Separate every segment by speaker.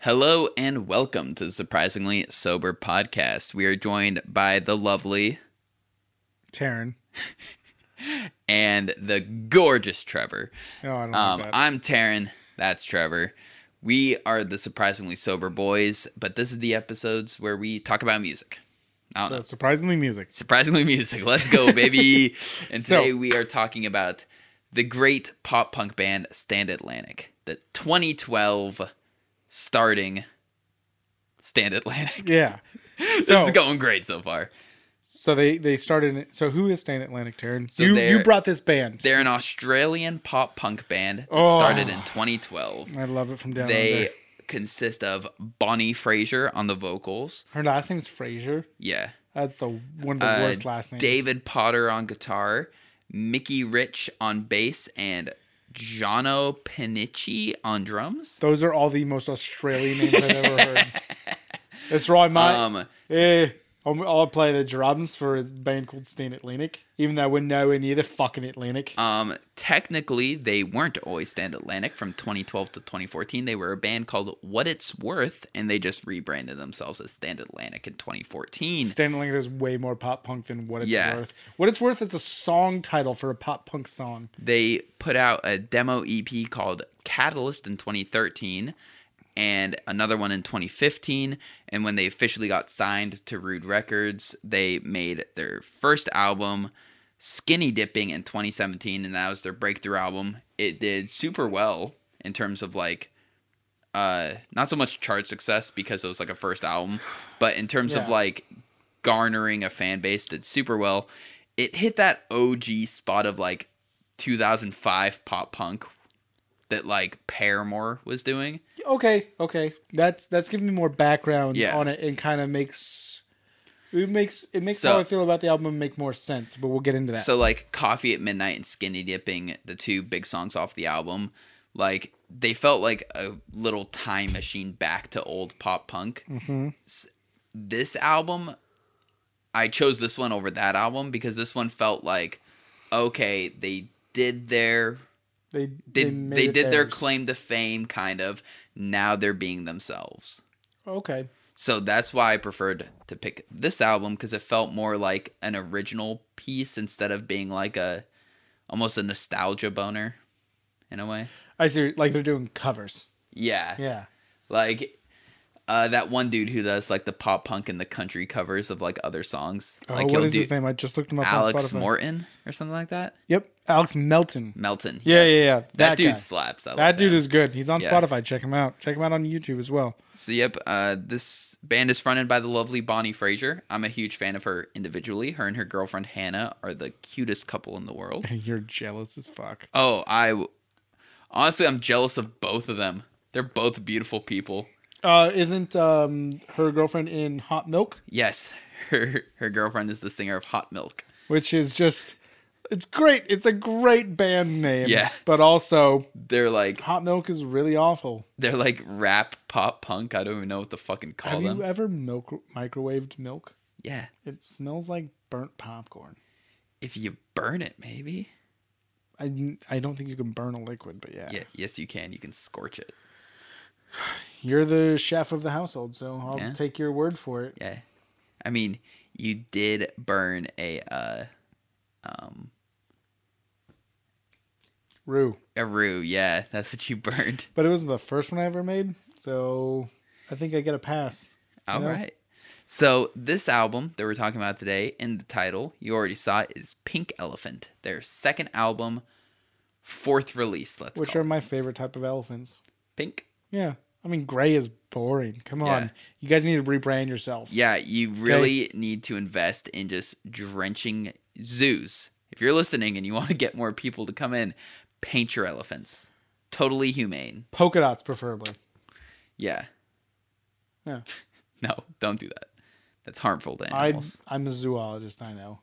Speaker 1: Hello and welcome to the Surprisingly Sober podcast. We are joined by the lovely
Speaker 2: Taryn.
Speaker 1: and the gorgeous Trevor.
Speaker 2: Oh, I don't
Speaker 1: Um,
Speaker 2: like that.
Speaker 1: I'm Taryn. That's Trevor. We are the Surprisingly Sober Boys, but this is the episodes where we talk about music. I don't
Speaker 2: So,
Speaker 1: know.
Speaker 2: surprisingly, music.
Speaker 1: Surprisingly music. Let's go, baby. and
Speaker 2: So-
Speaker 1: today we are talking about the great pop punk band Stand Atlantic, the 2012 starting Stand Atlantic.
Speaker 2: Yeah.
Speaker 1: this
Speaker 2: So-
Speaker 1: is going great so far.
Speaker 2: So they they started. in- So who is Stan Atlantic, Taryn?
Speaker 1: So
Speaker 2: you
Speaker 1: they're-
Speaker 2: you brought this band.
Speaker 1: They're an Australian pop punk band that
Speaker 2: Oh.
Speaker 1: started in 2012.
Speaker 2: I love it from down
Speaker 1: They
Speaker 2: under.
Speaker 1: consist of Bonnie Fraser on the vocals.
Speaker 2: Her last name's Fraser.
Speaker 1: Yeah.
Speaker 2: That's the one of the
Speaker 1: Uh,
Speaker 2: worst last names.
Speaker 1: David Potter on guitar, Mickey Rich on bass, and Jono Panici on drums.
Speaker 2: Those are all the most Australian names I've ever heard. That's right, mate.
Speaker 1: Um,
Speaker 2: eh, I'm- I'll play the drums for a band called Stan Atlantic, even though we're nowhere near the fucking Atlantic.
Speaker 1: um, technically, they weren't always Stand Atlantic from 2012 to 2014. They were a band called What It's Worth, and they just rebranded themselves as Stand Atlantic in 2014.
Speaker 2: Stan Atlantic is way more pop punk than what it's
Speaker 1: Yeah.
Speaker 2: worth. What it's worth is a song title for a pop punk song.
Speaker 1: they put out a demo EP called Catalyst in 2013 and another one in 2015 and when they officially got signed to Rude Records they made their first album Skinny Dipping in 2017 and that was their breakthrough album it did super well in terms of like uh not so much chart success because it was like a first album but in terms of
Speaker 2: Yeah.
Speaker 1: like garnering a fan base did super well it hit that og spot of like 2005 pop punk that like paramore was doing
Speaker 2: Okay, okay, that's that's giving me more background
Speaker 1: Yeah.
Speaker 2: on it and kind of makes it makes it makes
Speaker 1: So-
Speaker 2: how I feel about the album make more sense. But we'll get into that.
Speaker 1: so like coffee at midnight and skinny dipping the two big songs off the album like they felt like a little time machine back to old pop punk
Speaker 2: Mhm.
Speaker 1: this album I chose this one over that album because this one felt like okay, they did their
Speaker 2: They
Speaker 1: they,
Speaker 2: they,
Speaker 1: they,
Speaker 2: made it
Speaker 1: did their
Speaker 2: theirs.
Speaker 1: claim to fame kind of. Now they're being themselves.
Speaker 2: Okay,
Speaker 1: So that's why I preferred to pick this album because it felt more like an original piece instead of being like a almost a nostalgia boner in a way.
Speaker 2: I see. Like they're doing covers.
Speaker 1: Yeah.
Speaker 2: Yeah,
Speaker 1: Like uh, that one dude who does like the pop punk and the country covers of like other songs.
Speaker 2: oh,
Speaker 1: like
Speaker 2: what is his name? I just looked him up.
Speaker 1: Alex
Speaker 2: on Spotify.
Speaker 1: Morton or something like that.
Speaker 2: Yep, Alex Melton.
Speaker 1: Melton.
Speaker 2: Yeah,
Speaker 1: yes.
Speaker 2: yeah, yeah,
Speaker 1: That,
Speaker 2: that
Speaker 1: dude
Speaker 2: guy.
Speaker 1: slaps. I
Speaker 2: That
Speaker 1: like
Speaker 2: dude
Speaker 1: him.
Speaker 2: is good. He's on
Speaker 1: Yeah.
Speaker 2: Spotify. Check him out. Check him out on YouTube as well.
Speaker 1: So yep, uh, this band is fronted by the lovely Bonnie Fraser. I'm a huge fan of her individually. Her and her girlfriend Hannah are the cutest couple in the world.
Speaker 2: You're jealous as fuck.
Speaker 1: Oh, I w- honestly I'm jealous of both of them. They're both beautiful people.
Speaker 2: Uh, isn't um her girlfriend in Hot Milk,
Speaker 1: Yes, her her girlfriend is the singer of Hot Milk.
Speaker 2: which is just it's great. It's a great band name.
Speaker 1: Yeah.
Speaker 2: But also,
Speaker 1: They're like
Speaker 2: Hot Milk is really awful.
Speaker 1: they're like rap pop punk. I don't even know what to fucking call
Speaker 2: Have
Speaker 1: them.
Speaker 2: you ever milk microwaved milk?
Speaker 1: yeah,
Speaker 2: It smells like burnt popcorn.
Speaker 1: if you burn it, maybe.
Speaker 2: I, I don't think you can burn a liquid, but yeah.
Speaker 1: Yeah, yes you can. You can scorch it.
Speaker 2: You're the chef of the household, so I'll
Speaker 1: Yeah.
Speaker 2: take your word for it.
Speaker 1: Yeah. I mean, you did burn a uh um
Speaker 2: Rue.
Speaker 1: a roux, yeah, that's what you burned.
Speaker 2: But it was the first one I ever made, so I think I get a pass.
Speaker 1: All right.
Speaker 2: Yeah.
Speaker 1: So this album that we're talking about today, in the title, you already saw it, is Pink Elephant, their second album, fourth release, let's
Speaker 2: which
Speaker 1: call
Speaker 2: are
Speaker 1: it.
Speaker 2: my favorite type of elephants.
Speaker 1: Pink.
Speaker 2: Yeah. I mean, gray is boring. Come on.
Speaker 1: Yeah.
Speaker 2: You guys need to rebrand yourselves.
Speaker 1: Yeah, you really need to invest in just drenching zoos. If you're listening and you want to get more people to come in, paint your elephants. Totally humane.
Speaker 2: Polka dots, preferably.
Speaker 1: Yeah.
Speaker 2: Yeah.
Speaker 1: No, don't do that. That's harmful to
Speaker 2: I,
Speaker 1: animals.
Speaker 2: I'm a zoologist, I know.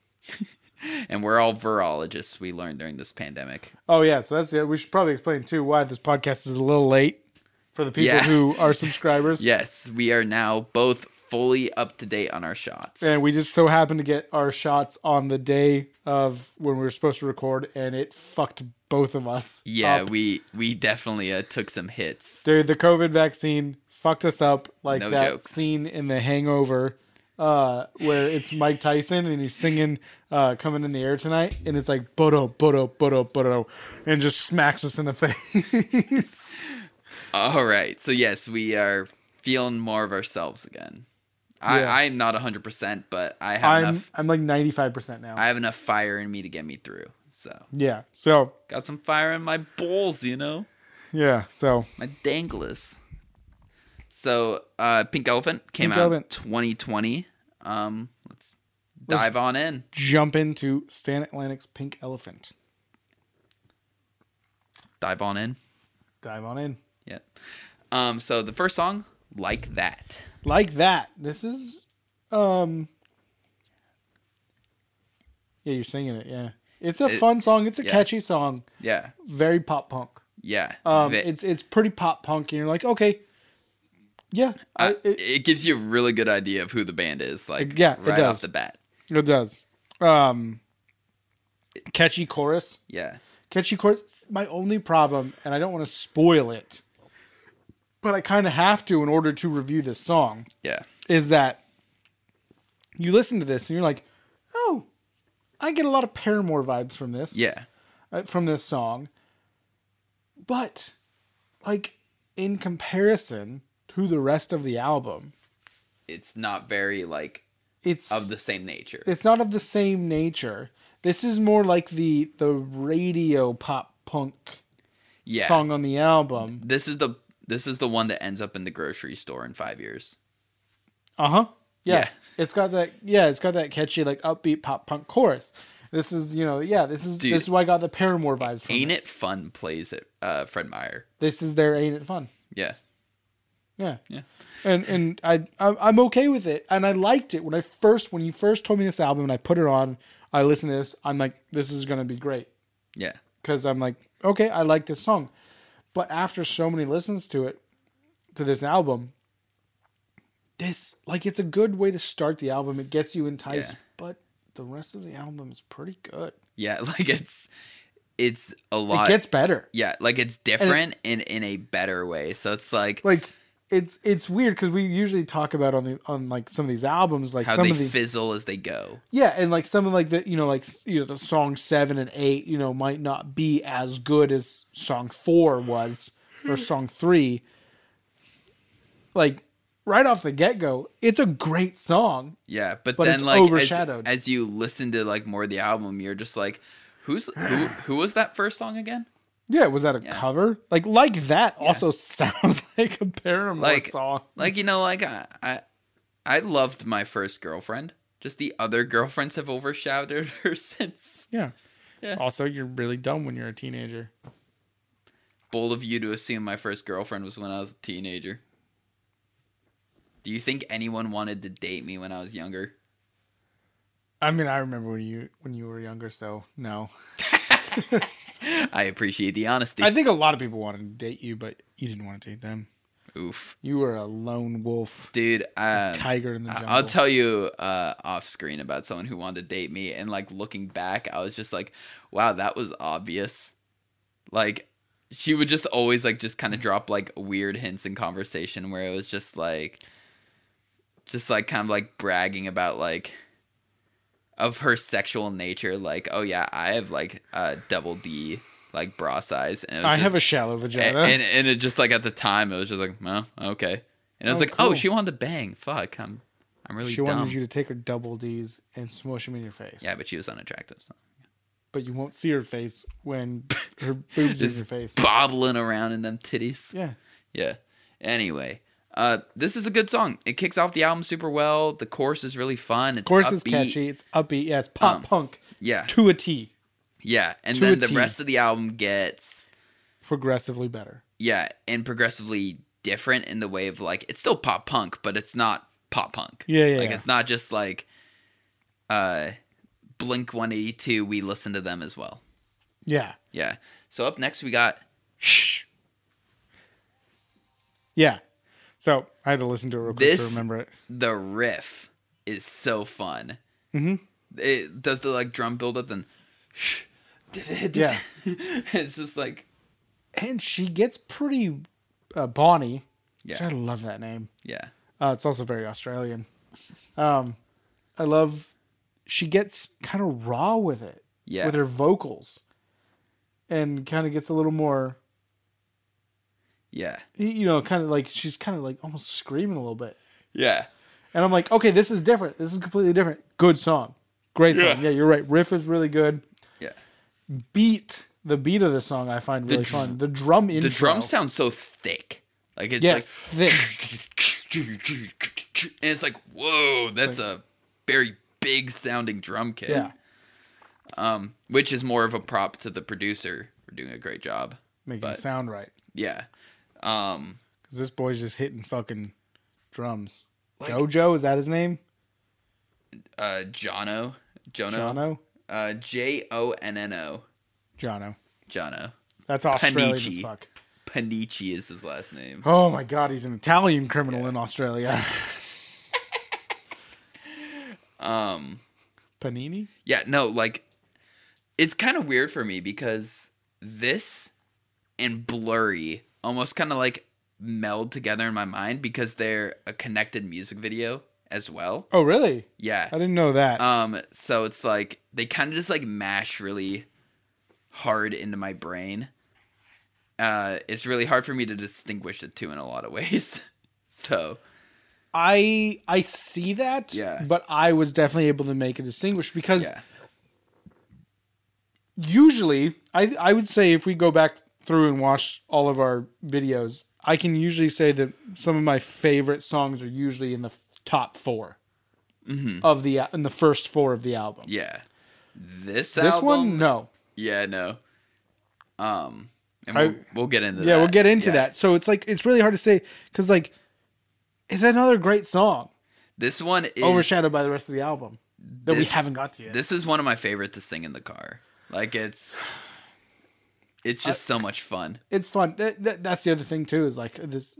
Speaker 1: And we're all virologists, we learned during this pandemic.
Speaker 2: Oh, yeah. So that's it. We should probably explain, too, why this podcast is a little late for the people
Speaker 1: Yeah.
Speaker 2: who are subscribers.
Speaker 1: Yes, we are now both fully up to date on our shots.
Speaker 2: And we just so happened to get our shots on the day of when we were supposed to record, and it fucked both of us.
Speaker 1: yeah,
Speaker 2: up.
Speaker 1: we we definitely uh, took some hits.
Speaker 2: Dude, the COVID vaccine fucked us up like
Speaker 1: No
Speaker 2: that
Speaker 1: jokes.
Speaker 2: scene in The Hangover uh, where it's Mike Tyson and he's singing uh, "Coming in the Air Tonight" and it's like "Bodo, Bodo, Bodo, Bodo," and just smacks us in the face.
Speaker 1: All right. So yes, we are feeling more of ourselves again.
Speaker 2: Yeah.
Speaker 1: I, I'm not 100%, but I have
Speaker 2: I'm
Speaker 1: enough.
Speaker 2: I'm like 95 percent now.
Speaker 1: I have enough fire in me to get me through. So
Speaker 2: yeah. So
Speaker 1: got some fire in my balls, you know,
Speaker 2: yeah. So
Speaker 1: my danglers. So uh, Pink Elephant came
Speaker 2: Pink
Speaker 1: out
Speaker 2: Elephant.
Speaker 1: 2020. Um, let's
Speaker 2: Let's-
Speaker 1: dive on in.
Speaker 2: jump into Stan Atlantic's Pink Elephant.
Speaker 1: Dive on in.
Speaker 2: Dive on in.
Speaker 1: Yeah. Um, so the first song, like that.
Speaker 2: like that. This is, um, yeah, you're singing it. Yeah, it's a
Speaker 1: It-
Speaker 2: fun song. It's a
Speaker 1: yeah.
Speaker 2: catchy song.
Speaker 1: Yeah.
Speaker 2: Very pop punk.
Speaker 1: Yeah.
Speaker 2: Um,
Speaker 1: Ve-
Speaker 2: it's it's pretty pop punk, and you're like, okay, yeah, I,
Speaker 1: I- it,
Speaker 2: it,
Speaker 1: gives you a really good idea of who the band is, like
Speaker 2: Yeah, it
Speaker 1: right
Speaker 2: does.
Speaker 1: off the bat.
Speaker 2: it does. Um, catchy chorus,
Speaker 1: Yeah.
Speaker 2: catchy chorus. My only problem, and I don't want to spoil it, but I kind of have to in order to review this song.
Speaker 1: Yeah.
Speaker 2: is that you listen to this and you're like, oh, I get a lot of Paramore vibes from this,
Speaker 1: Yeah.
Speaker 2: uh, from this song. But, like, in comparison to the rest of the album,
Speaker 1: It's not very like
Speaker 2: it's
Speaker 1: of the same nature.
Speaker 2: it's not of the same nature. This is more like the the radio pop punk
Speaker 1: Yeah.
Speaker 2: song on the album.
Speaker 1: This is the this is the one that ends up in the grocery store in five years.
Speaker 2: Uh huh. Yeah.
Speaker 1: Yeah.
Speaker 2: It's got that. Yeah, it's got that catchy like upbeat pop punk chorus. This is you know yeah this is
Speaker 1: Dude.
Speaker 2: this is why I got the Paramore vibes. From
Speaker 1: Ain't it fun? Plays it. Uh, Fred Meyer.
Speaker 2: this is their ain't it fun
Speaker 1: Yeah.
Speaker 2: yeah
Speaker 1: Yeah.
Speaker 2: and and i I'm- i'm okay with it and i liked it when i first when you first told me this album and i put it on i listened to this i'm like this is gonna be great
Speaker 1: Yeah.
Speaker 2: because i'm like okay i like this song but after so many listens to it to this album this like it's a good way to start the album it gets you enticed
Speaker 1: Yeah.
Speaker 2: but the rest of the album is pretty good
Speaker 1: Yeah. Like it's it's a
Speaker 2: it
Speaker 1: lot.
Speaker 2: gets better
Speaker 1: yeah. Like it's different in in a better way. So it's like,
Speaker 2: like it's it's weird because we usually talk about on the on like some of these albums like
Speaker 1: how
Speaker 2: some
Speaker 1: they
Speaker 2: of the
Speaker 1: fizzle as they go.
Speaker 2: Yeah, and like some of like the you know like you know the song seven and eight you know might not be as good as song four was or song three. Like right off the get go, it's a great song.
Speaker 1: Yeah, but,
Speaker 2: But
Speaker 1: then
Speaker 2: it's
Speaker 1: like as-
Speaker 2: overshadowed.
Speaker 1: As, you listen to like more of the album, you're just like, who's who? Who was that first song again?
Speaker 2: Yeah, was that a
Speaker 1: Yeah.
Speaker 2: cover? Like like that also sounds like a Paramore
Speaker 1: Like-
Speaker 2: song.
Speaker 1: Like you know, like I I, I loved my first girlfriend. Just the other girlfriends have overshadowed her since.
Speaker 2: Yeah.
Speaker 1: Yeah.
Speaker 2: Also, you're really dumb when you're a teenager.
Speaker 1: Bold of you to assume my first girlfriend was when I was a teenager. Do you think anyone wanted to date me when I was younger?
Speaker 2: I mean, I remember when you when you were younger, so no.
Speaker 1: I appreciate the honesty.
Speaker 2: I think a lot of people wanted to date you, but you didn't want to date them.
Speaker 1: Oof,
Speaker 2: You were a lone wolf.
Speaker 1: dude. Um,
Speaker 2: tiger in the
Speaker 1: I-
Speaker 2: jungle.
Speaker 1: I'll tell you uh, off screen about someone who wanted to date me, and like looking back, I was just like, "Wow, that was obvious." Like, she would just always like just kind of drop like weird hints in conversation where it was just like, just like kind of like bragging about like of her sexual nature, like, "Oh yeah, I have like uh, double D like bra size," and it was
Speaker 2: I
Speaker 1: just,
Speaker 2: have a shallow
Speaker 1: and,
Speaker 2: vagina.
Speaker 1: and and it just like at the time it was just like no okay and I was
Speaker 2: Oh,
Speaker 1: like
Speaker 2: cool.
Speaker 1: oh she wanted to bang fuck I'm I'm really
Speaker 2: she
Speaker 1: dumb
Speaker 2: wanted you to take her double D's and smush them in your face.
Speaker 1: yeah but she was unattractive so.
Speaker 2: But you won't see her face when her boobs are in
Speaker 1: Just
Speaker 2: your face.
Speaker 1: bobbling around in them titties
Speaker 2: Yeah.
Speaker 1: yeah anyway uh this is a good song it kicks off the album super well the chorus is really fun it's
Speaker 2: Of course, it's
Speaker 1: upbeat.
Speaker 2: catchy. It's upbeat. Yeah, it's pop
Speaker 1: Um,
Speaker 2: punk
Speaker 1: yeah
Speaker 2: to a T.
Speaker 1: yeah and
Speaker 2: to a
Speaker 1: then the
Speaker 2: T.
Speaker 1: rest of the album gets
Speaker 2: Progressively better.
Speaker 1: yeah and progressively different in the way of like it's still pop punk but it's not pop punk
Speaker 2: Yeah, yeah.
Speaker 1: like
Speaker 2: yeah.
Speaker 1: it's not just like uh blink 182 we listen to them as well
Speaker 2: yeah.
Speaker 1: yeah so up next we got
Speaker 2: Shh. Yeah. So I had to listen to it real quick to
Speaker 1: This-
Speaker 2: remember it.
Speaker 1: the riff is so fun
Speaker 2: Mhm.
Speaker 1: it does the like drum build up and
Speaker 2: Yeah.
Speaker 1: it's just like
Speaker 2: And she gets pretty uh, Bonnie.
Speaker 1: Yeah.
Speaker 2: Which I love that name.
Speaker 1: Yeah.
Speaker 2: Uh, it's also very Australian. Um, I love. She gets kind of raw with it,
Speaker 1: Yeah.
Speaker 2: with her vocals, and kind of gets a little more.
Speaker 1: yeah.
Speaker 2: y- You know, kind of like she's kind of like almost screaming a little bit,
Speaker 1: Yeah.
Speaker 2: and I'm like, okay, this is different. This is completely different. Good song, great song.
Speaker 1: Yeah.
Speaker 2: Yeah, you're right. Riff is really good.
Speaker 1: Yeah.
Speaker 2: Beat the beat of the song I find really
Speaker 1: dr-
Speaker 2: fun. The drum intro.
Speaker 1: The drums sound so thick. Like it's
Speaker 2: yes, thick.
Speaker 1: like and it's like, whoa, that's a very big sounding drum kit.
Speaker 2: Yeah,
Speaker 1: Um, which is more of a prop to the producer for doing a great job.
Speaker 2: making
Speaker 1: But-
Speaker 2: it sound right.
Speaker 1: Yeah. Um
Speaker 2: Because this boy's just hitting fucking drums.
Speaker 1: Like-
Speaker 2: Jojo, is that his name?
Speaker 1: uh Jono. Jono.
Speaker 2: Jono?
Speaker 1: Uh J O N N O.
Speaker 2: Jono.
Speaker 1: Jono.
Speaker 2: That's Australian as
Speaker 1: Panici.
Speaker 2: fuck.
Speaker 1: Panici is his last name.
Speaker 2: Oh my god, he's an Italian criminal in Australia.
Speaker 1: Um
Speaker 2: Panini?
Speaker 1: Yeah, no, like it's kind of weird for me because this and blurry almost kind of like meld together in my mind because they're a connected music video as well.
Speaker 2: Oh, really?
Speaker 1: Yeah.
Speaker 2: I didn't know that.
Speaker 1: Um so it's like they kind of just like mash really hard into my brain. Uh it's really hard for me to distinguish the two in a lot of ways. so,
Speaker 2: I I see that,
Speaker 1: Yeah.
Speaker 2: but I was definitely able to make a distinguish because
Speaker 1: yeah.
Speaker 2: usually I I would say if we go back through and watch all of our videos, I can usually say that some of my favorite songs are usually in the f- top 4
Speaker 1: Mm-hmm.
Speaker 2: of the in the first four of the album.
Speaker 1: Yeah. This
Speaker 2: This
Speaker 1: album
Speaker 2: one, no.
Speaker 1: Yeah, no. Um, and
Speaker 2: I-
Speaker 1: we'll, we'll get into that.
Speaker 2: Yeah, we'll get into
Speaker 1: Yeah.
Speaker 2: that. So it's like it's really hard to say because like it's another great song
Speaker 1: This one is
Speaker 2: overshadowed by the rest of the album that we
Speaker 1: This-
Speaker 2: haven't got to yet.
Speaker 1: This is one of my favorite to sing in the car. Like it's, it's just so much fun.
Speaker 2: it's fun. That, that, that's the other thing too is like this.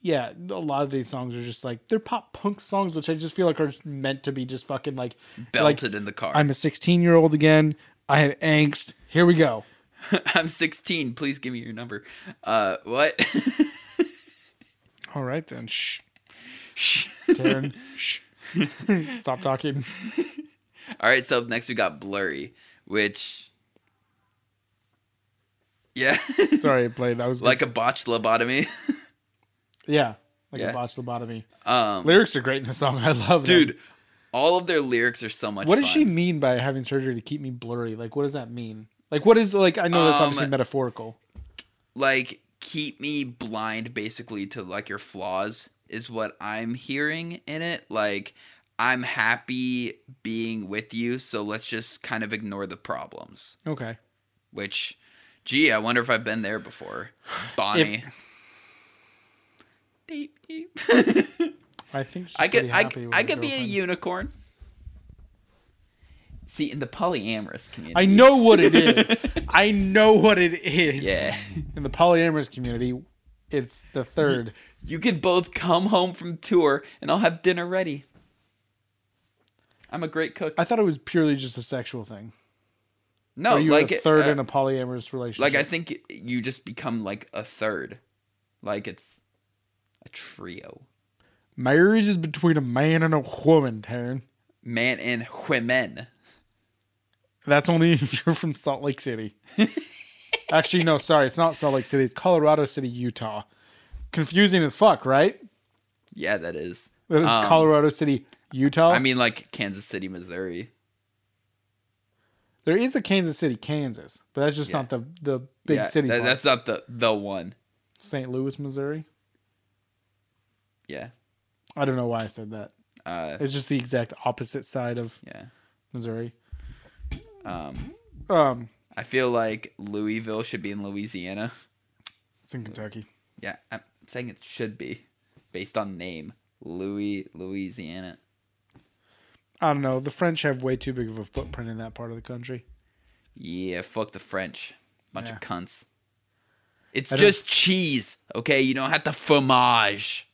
Speaker 2: Yeah, a lot of these songs are just like they're pop punk songs, which I just feel like are just meant to be just fucking like like
Speaker 1: Belted in the car. I'm,
Speaker 2: I'm a 16 year old again. I have angst. Here we go.
Speaker 1: 16. Please give me your number. Uh, what?
Speaker 2: All right then. Shh, Taryn. shh. Stop talking.
Speaker 1: All right. So next we got blurry, which, yeah,
Speaker 2: Sorry, I played. I was
Speaker 1: like a
Speaker 2: gonna
Speaker 1: botched lobotomy.
Speaker 2: s- yeah, like
Speaker 1: Yeah.
Speaker 2: a botched lobotomy.
Speaker 1: Um,
Speaker 2: Lyrics are great in the song. I love them.
Speaker 1: dude, all of their lyrics are so much.
Speaker 2: What does
Speaker 1: fun.
Speaker 2: she mean by having surgery to keep me blurry? Like, what does that mean? Like, what is like? I know that's
Speaker 1: Um,
Speaker 2: obviously metaphorical.
Speaker 1: like keep me blind basically to like your flaws is what I'm hearing in it. Like I'm happy being with you, so let's just kind of ignore the problems.
Speaker 2: Okay.
Speaker 1: Which gee, I wonder if I've been there before. Bonnie. Beep, beep.
Speaker 2: I think she's
Speaker 1: I could
Speaker 2: pretty
Speaker 1: I,
Speaker 2: happy with
Speaker 1: I
Speaker 2: her
Speaker 1: could be a
Speaker 2: girlfriend.
Speaker 1: unicorn. See, in the polyamorous community.
Speaker 2: I know what it is. I know what it is.
Speaker 1: Yeah.
Speaker 2: In the polyamorous community, it's the third.
Speaker 1: You can both come home from tour and I'll have dinner ready. I'm a great cook.
Speaker 2: I thought it was purely just a sexual thing.
Speaker 1: No,
Speaker 2: Oh, you
Speaker 1: like
Speaker 2: were a third
Speaker 1: uh,
Speaker 2: in a polyamorous relationship.
Speaker 1: like I think you just become like a third, like it's a trio,
Speaker 2: marriage is between a man and a woman, Taryn.
Speaker 1: man and women.
Speaker 2: That's only if you're from Salt Lake City. Actually, no, sorry, it's not Salt Lake City. It's Colorado City, Utah. Confusing as fuck, right?
Speaker 1: Yeah, that is.
Speaker 2: That it's
Speaker 1: Um,
Speaker 2: Colorado City, Utah.
Speaker 1: I mean, like Kansas City, Missouri.
Speaker 2: there is a Kansas City, Kansas, but that's just
Speaker 1: Yeah.
Speaker 2: not the the big
Speaker 1: yeah,
Speaker 2: city.
Speaker 1: that-
Speaker 2: part.
Speaker 1: that's not the the one.
Speaker 2: St. Louis, Missouri.
Speaker 1: Yeah.
Speaker 2: I don't know why I said that.
Speaker 1: Uh,
Speaker 2: It's just the exact opposite side of
Speaker 1: yeah.
Speaker 2: Missouri.
Speaker 1: Um,
Speaker 2: Um,
Speaker 1: I feel like Louisville should be in Louisiana.
Speaker 2: it's in Kentucky.
Speaker 1: Yeah, I'm saying it should be, based on name, Louis, Louisiana.
Speaker 2: I don't know. The French have way too big of a footprint in that part of the country.
Speaker 1: Yeah, fuck the French. Bunch
Speaker 2: Yeah.
Speaker 1: of cunts. It's
Speaker 2: I don't-
Speaker 1: just cheese, okay? You don't have to fromage.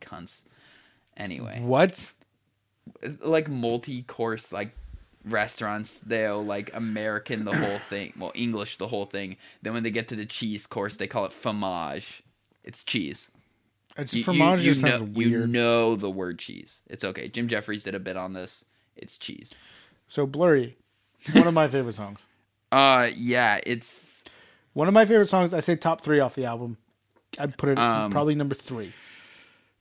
Speaker 1: Cunts. Anyway,
Speaker 2: What?
Speaker 1: like multi course, like restaurants, they'll like American the whole thing, well, English the whole thing. Then when they get to the cheese course, they call it fromage. It's cheese.
Speaker 2: It's
Speaker 1: You,
Speaker 2: fromage
Speaker 1: you, you
Speaker 2: just
Speaker 1: know,
Speaker 2: sounds
Speaker 1: you
Speaker 2: weird.
Speaker 1: know the word cheese. It's okay. Jim Jeffries did a bit on this. It's cheese.
Speaker 2: So blurry. One of my favorite songs.
Speaker 1: Uh, yeah, it's
Speaker 2: One of my favorite songs. I say top three off the album. I'd put it
Speaker 1: Um,
Speaker 2: probably number three.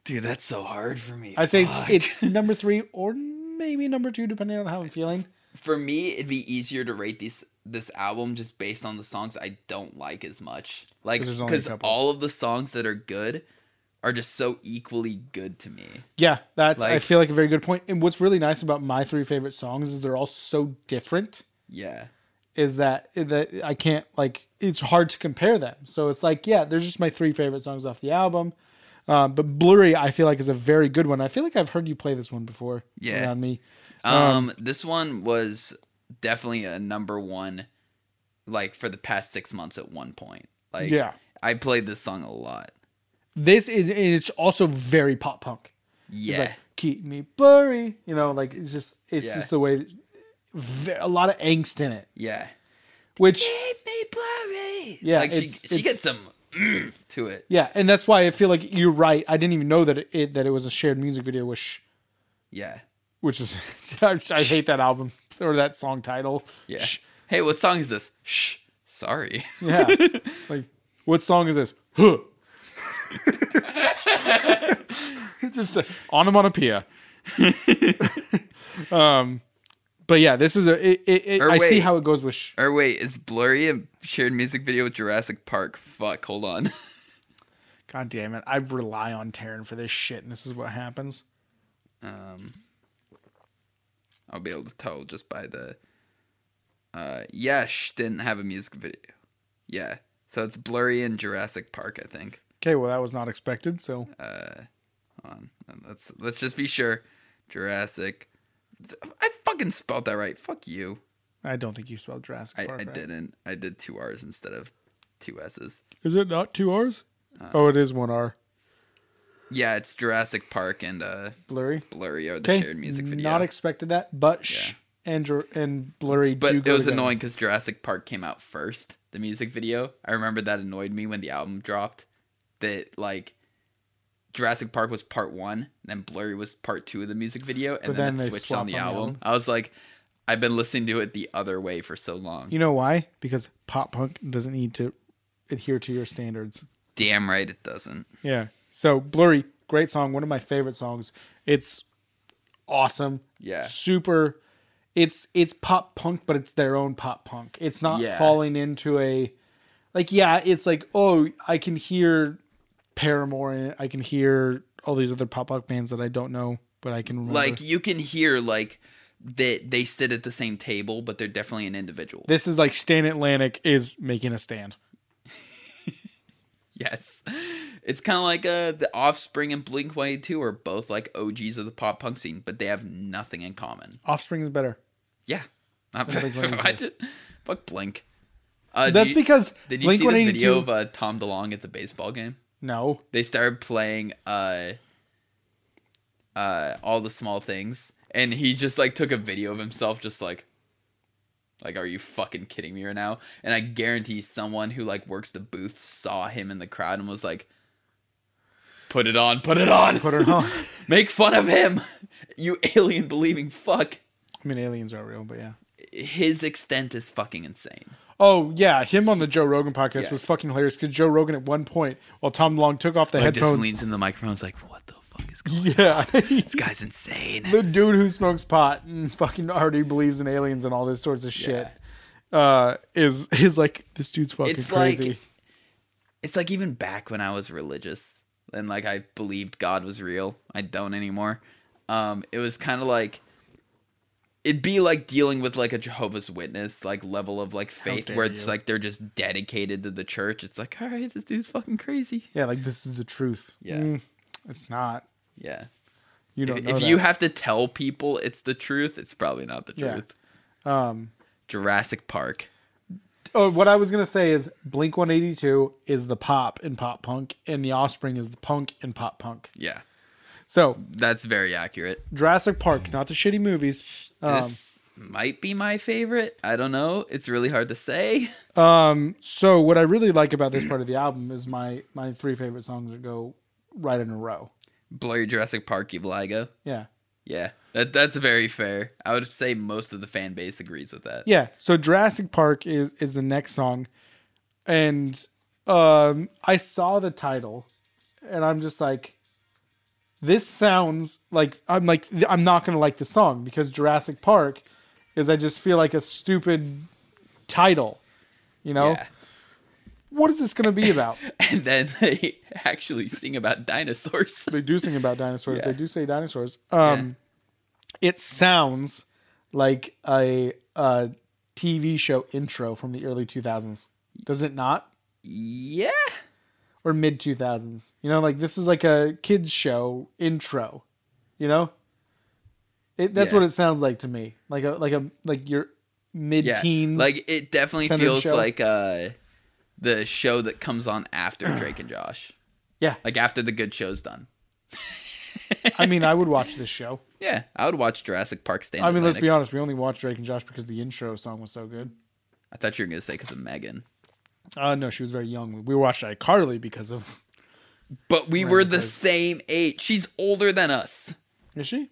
Speaker 1: dude. That's so hard for me.
Speaker 2: I'd say it's,
Speaker 1: Fuck.
Speaker 2: it's number three or maybe number two, depending on how I'm feeling.
Speaker 1: for me. It'd be easier to rate these this album just based on the songs I don't like as much. Like
Speaker 2: 'Cause there's only a
Speaker 1: because
Speaker 2: couple.
Speaker 1: all of the songs that are good are just so equally good to me.
Speaker 2: Yeah, that's I
Speaker 1: Like-
Speaker 2: feel like a very good point. And what's really nice about my three favorite songs is they're all so different.
Speaker 1: Yeah,
Speaker 2: Is that that I can't like it's hard to compare them. So it's like yeah, they're just my three favorite songs off the album. Um, but blurry, I feel like is a very good one. I feel like I've heard you play this one before.
Speaker 1: Yeah.
Speaker 2: around me.
Speaker 1: Um, this one was definitely a number one, like for the past six months at one point. Like,
Speaker 2: Yeah.
Speaker 1: I played this song a lot.
Speaker 2: This is and it's also very pop punk. It's
Speaker 1: Yeah,
Speaker 2: like keep me blurry. You know, like it's just it's
Speaker 1: Yeah.
Speaker 2: just the way ve- a lot of angst in it,
Speaker 1: yeah.
Speaker 2: which
Speaker 1: me blurry.
Speaker 2: Yeah,
Speaker 1: like she,
Speaker 2: it's-
Speaker 1: she
Speaker 2: it's-
Speaker 1: gets some mm to it.
Speaker 2: Yeah, and that's why I feel like you're right. I didn't even know that it, it that it was a shared music video, which
Speaker 1: Yeah,
Speaker 2: which is I, I hate that album or that song title.
Speaker 1: yeah.
Speaker 2: Shh.
Speaker 1: Hey, what song is this? Shh. Sorry.
Speaker 2: yeah. Like, what song is this? Huh. Just a onomatopoeia. um, but yeah, this is a. It, it, it,
Speaker 1: Or
Speaker 2: I see
Speaker 1: wait.
Speaker 2: how it goes with. Sh-
Speaker 1: or wait, is Blurry a shared music video with Jurassic Park? Fuck. Hold on.
Speaker 2: God damn it! I rely on Taryn for this shit, and this is what happens.
Speaker 1: Um, I'll be able to tell just by the. Uh, Yesh didn't have a music video. Yeah, so it's blurry in Jurassic Park, I think.
Speaker 2: Okay, well that was not expected. So
Speaker 1: Uh, hold on, let's let's just be sure. Jurassic. I fucking spelled that right. Fuck you.
Speaker 2: I don't think you spelled Jurassic
Speaker 1: I,
Speaker 2: Park.
Speaker 1: I
Speaker 2: right?
Speaker 1: didn't. I did two R's instead of two S's.
Speaker 2: Is it not two R's?
Speaker 1: Uh,
Speaker 2: oh, it is one R.
Speaker 1: Yeah, it's Jurassic Park and uh,
Speaker 2: Blurry.
Speaker 1: Blurry are the
Speaker 2: Okay.
Speaker 1: shared music video.
Speaker 2: Not expected that, but shh. And, Jur- and Blurry
Speaker 1: But
Speaker 2: do
Speaker 1: it
Speaker 2: go
Speaker 1: was
Speaker 2: together.
Speaker 1: annoying because Jurassic Park came out first, the music video. I remember that annoyed me when the album dropped. That like Jurassic Park was part one, then Blurry was part two of the music video, and
Speaker 2: But
Speaker 1: then,
Speaker 2: then
Speaker 1: it
Speaker 2: they
Speaker 1: switched
Speaker 2: swap
Speaker 1: on the,
Speaker 2: on the
Speaker 1: album.
Speaker 2: album.
Speaker 1: I was like, I've been listening to it the other way for so long.
Speaker 2: You know why? Because pop punk doesn't need to adhere to your standards.
Speaker 1: Damn right it doesn't.
Speaker 2: Yeah. So Blurry, great song, one of my favorite songs. It's awesome.
Speaker 1: Yeah.
Speaker 2: Super it's it's pop punk, but it's their own pop punk. It's not
Speaker 1: Yeah.
Speaker 2: falling into a like yeah, it's like, oh, I can hear Paramore in it. I can hear all these other pop punk bands that I don't know, but I can remember.
Speaker 1: Like you can hear like that they sit at the same table, but they're definitely an individual.
Speaker 2: This is like Stan Atlantic is making a stand.
Speaker 1: Yes. It's kind of like uh, the Offspring and Blink 182 are both like OGs of the pop punk scene, but they have nothing in common.
Speaker 2: Offspring is better.
Speaker 1: Yeah. Not
Speaker 2: Blink 182.
Speaker 1: What? Fuck Blink. Uh,
Speaker 2: That's
Speaker 1: did you,
Speaker 2: because
Speaker 1: did you
Speaker 2: Blink
Speaker 1: see the
Speaker 2: One Eighty
Speaker 1: video
Speaker 2: Two.
Speaker 1: of uh, Tom DeLonge at the baseball game?
Speaker 2: No,
Speaker 1: They started playing uh, uh, All the Small Things, and he just like took a video of himself just like, like, are you fucking kidding me right now? And I guarantee someone who like works the booth saw him in the crowd and was like, put it on, put it on,
Speaker 2: put it on.
Speaker 1: make fun of him, you alien believing fuck.
Speaker 2: I mean, aliens are real, but yeah.
Speaker 1: His extent is fucking insane.
Speaker 2: Oh yeah, him on the Joe Rogan podcast
Speaker 1: Yeah.
Speaker 2: was fucking hilarious because Joe Rogan at one point, while Tom Long took off the
Speaker 1: Like, just
Speaker 2: headphones,
Speaker 1: leans in the microphone, is like, what the fuck is going?
Speaker 2: yeah,
Speaker 1: This guy's insane.
Speaker 2: the dude who smokes pot and fucking already believes in aliens and all this sorts of shit, uh, is is like this dude's fucking
Speaker 1: It's like-
Speaker 2: crazy.
Speaker 1: it's like even back when I was religious and like I believed God was real. I don't anymore. Um, it was kind of like it'd be like dealing with like a Jehovah's Witness like level of like faith
Speaker 2: dare
Speaker 1: where it's
Speaker 2: you.
Speaker 1: like they're just dedicated to the church. It's like all right, this dude's fucking crazy.
Speaker 2: yeah, like this is the truth.
Speaker 1: Yeah.
Speaker 2: Mm, it's not.
Speaker 1: Yeah.
Speaker 2: You don't
Speaker 1: If,
Speaker 2: know
Speaker 1: if
Speaker 2: that.
Speaker 1: you have to tell people it's the truth, it's probably not the
Speaker 2: Yeah.
Speaker 1: truth.
Speaker 2: um,
Speaker 1: Jurassic Park.
Speaker 2: oh, what I was gonna say is Blink One Eighty Two is the pop in pop punk, and the Offspring is the punk in pop punk.
Speaker 1: Yeah.
Speaker 2: So
Speaker 1: That's very accurate.
Speaker 2: Jurassic Park, not the shitty movies. Um,
Speaker 1: this might be my favorite. I don't know. It's really hard to say.
Speaker 2: Um, so what I really like about this part of the album is my my three favorite songs that go right in a row.
Speaker 1: Blurry Jurassic Park Obligo.
Speaker 2: Yeah.
Speaker 1: Yeah, that that's very fair. I would say most of the fan base agrees with that.
Speaker 2: Yeah. So Jurassic Park is is the next song, and um, I saw the title, and I'm just like, this sounds like I'm like th- I'm not gonna like the song because Jurassic Park is I just feel like a stupid title, you know.
Speaker 1: Yeah.
Speaker 2: What is this gonna be about?
Speaker 1: And then they actually sing about dinosaurs.
Speaker 2: they do sing about dinosaurs.
Speaker 1: Yeah.
Speaker 2: They do say dinosaurs. Um, it sounds like a, a TV show intro from the early 2000s. Does it not?
Speaker 1: Yeah.
Speaker 2: Or mid 2000s? You know, like this is like a kids show intro. You know, it, that's
Speaker 1: Yeah.
Speaker 2: what it sounds like to me. Like a like a like your mid
Speaker 1: Yeah.
Speaker 2: teens.
Speaker 1: Like it definitely
Speaker 2: centered
Speaker 1: feels
Speaker 2: show.
Speaker 1: like uh the show that comes on after Drake and Josh.
Speaker 2: Yeah.
Speaker 1: Like after the good show's done.
Speaker 2: I mean, I would watch this show.
Speaker 1: Yeah, I would watch Jurassic Park Stand.
Speaker 2: I mean, let's
Speaker 1: Atlantic.
Speaker 2: be honest. We only watched Drake and Josh because the intro song was so good.
Speaker 1: I thought you were gonna say because of Megan,
Speaker 2: Uh, no, she was very young. We watched iCarly because of.
Speaker 1: but we
Speaker 2: Right,
Speaker 1: were the
Speaker 2: because-
Speaker 1: same age. She's older than us.
Speaker 2: Is she?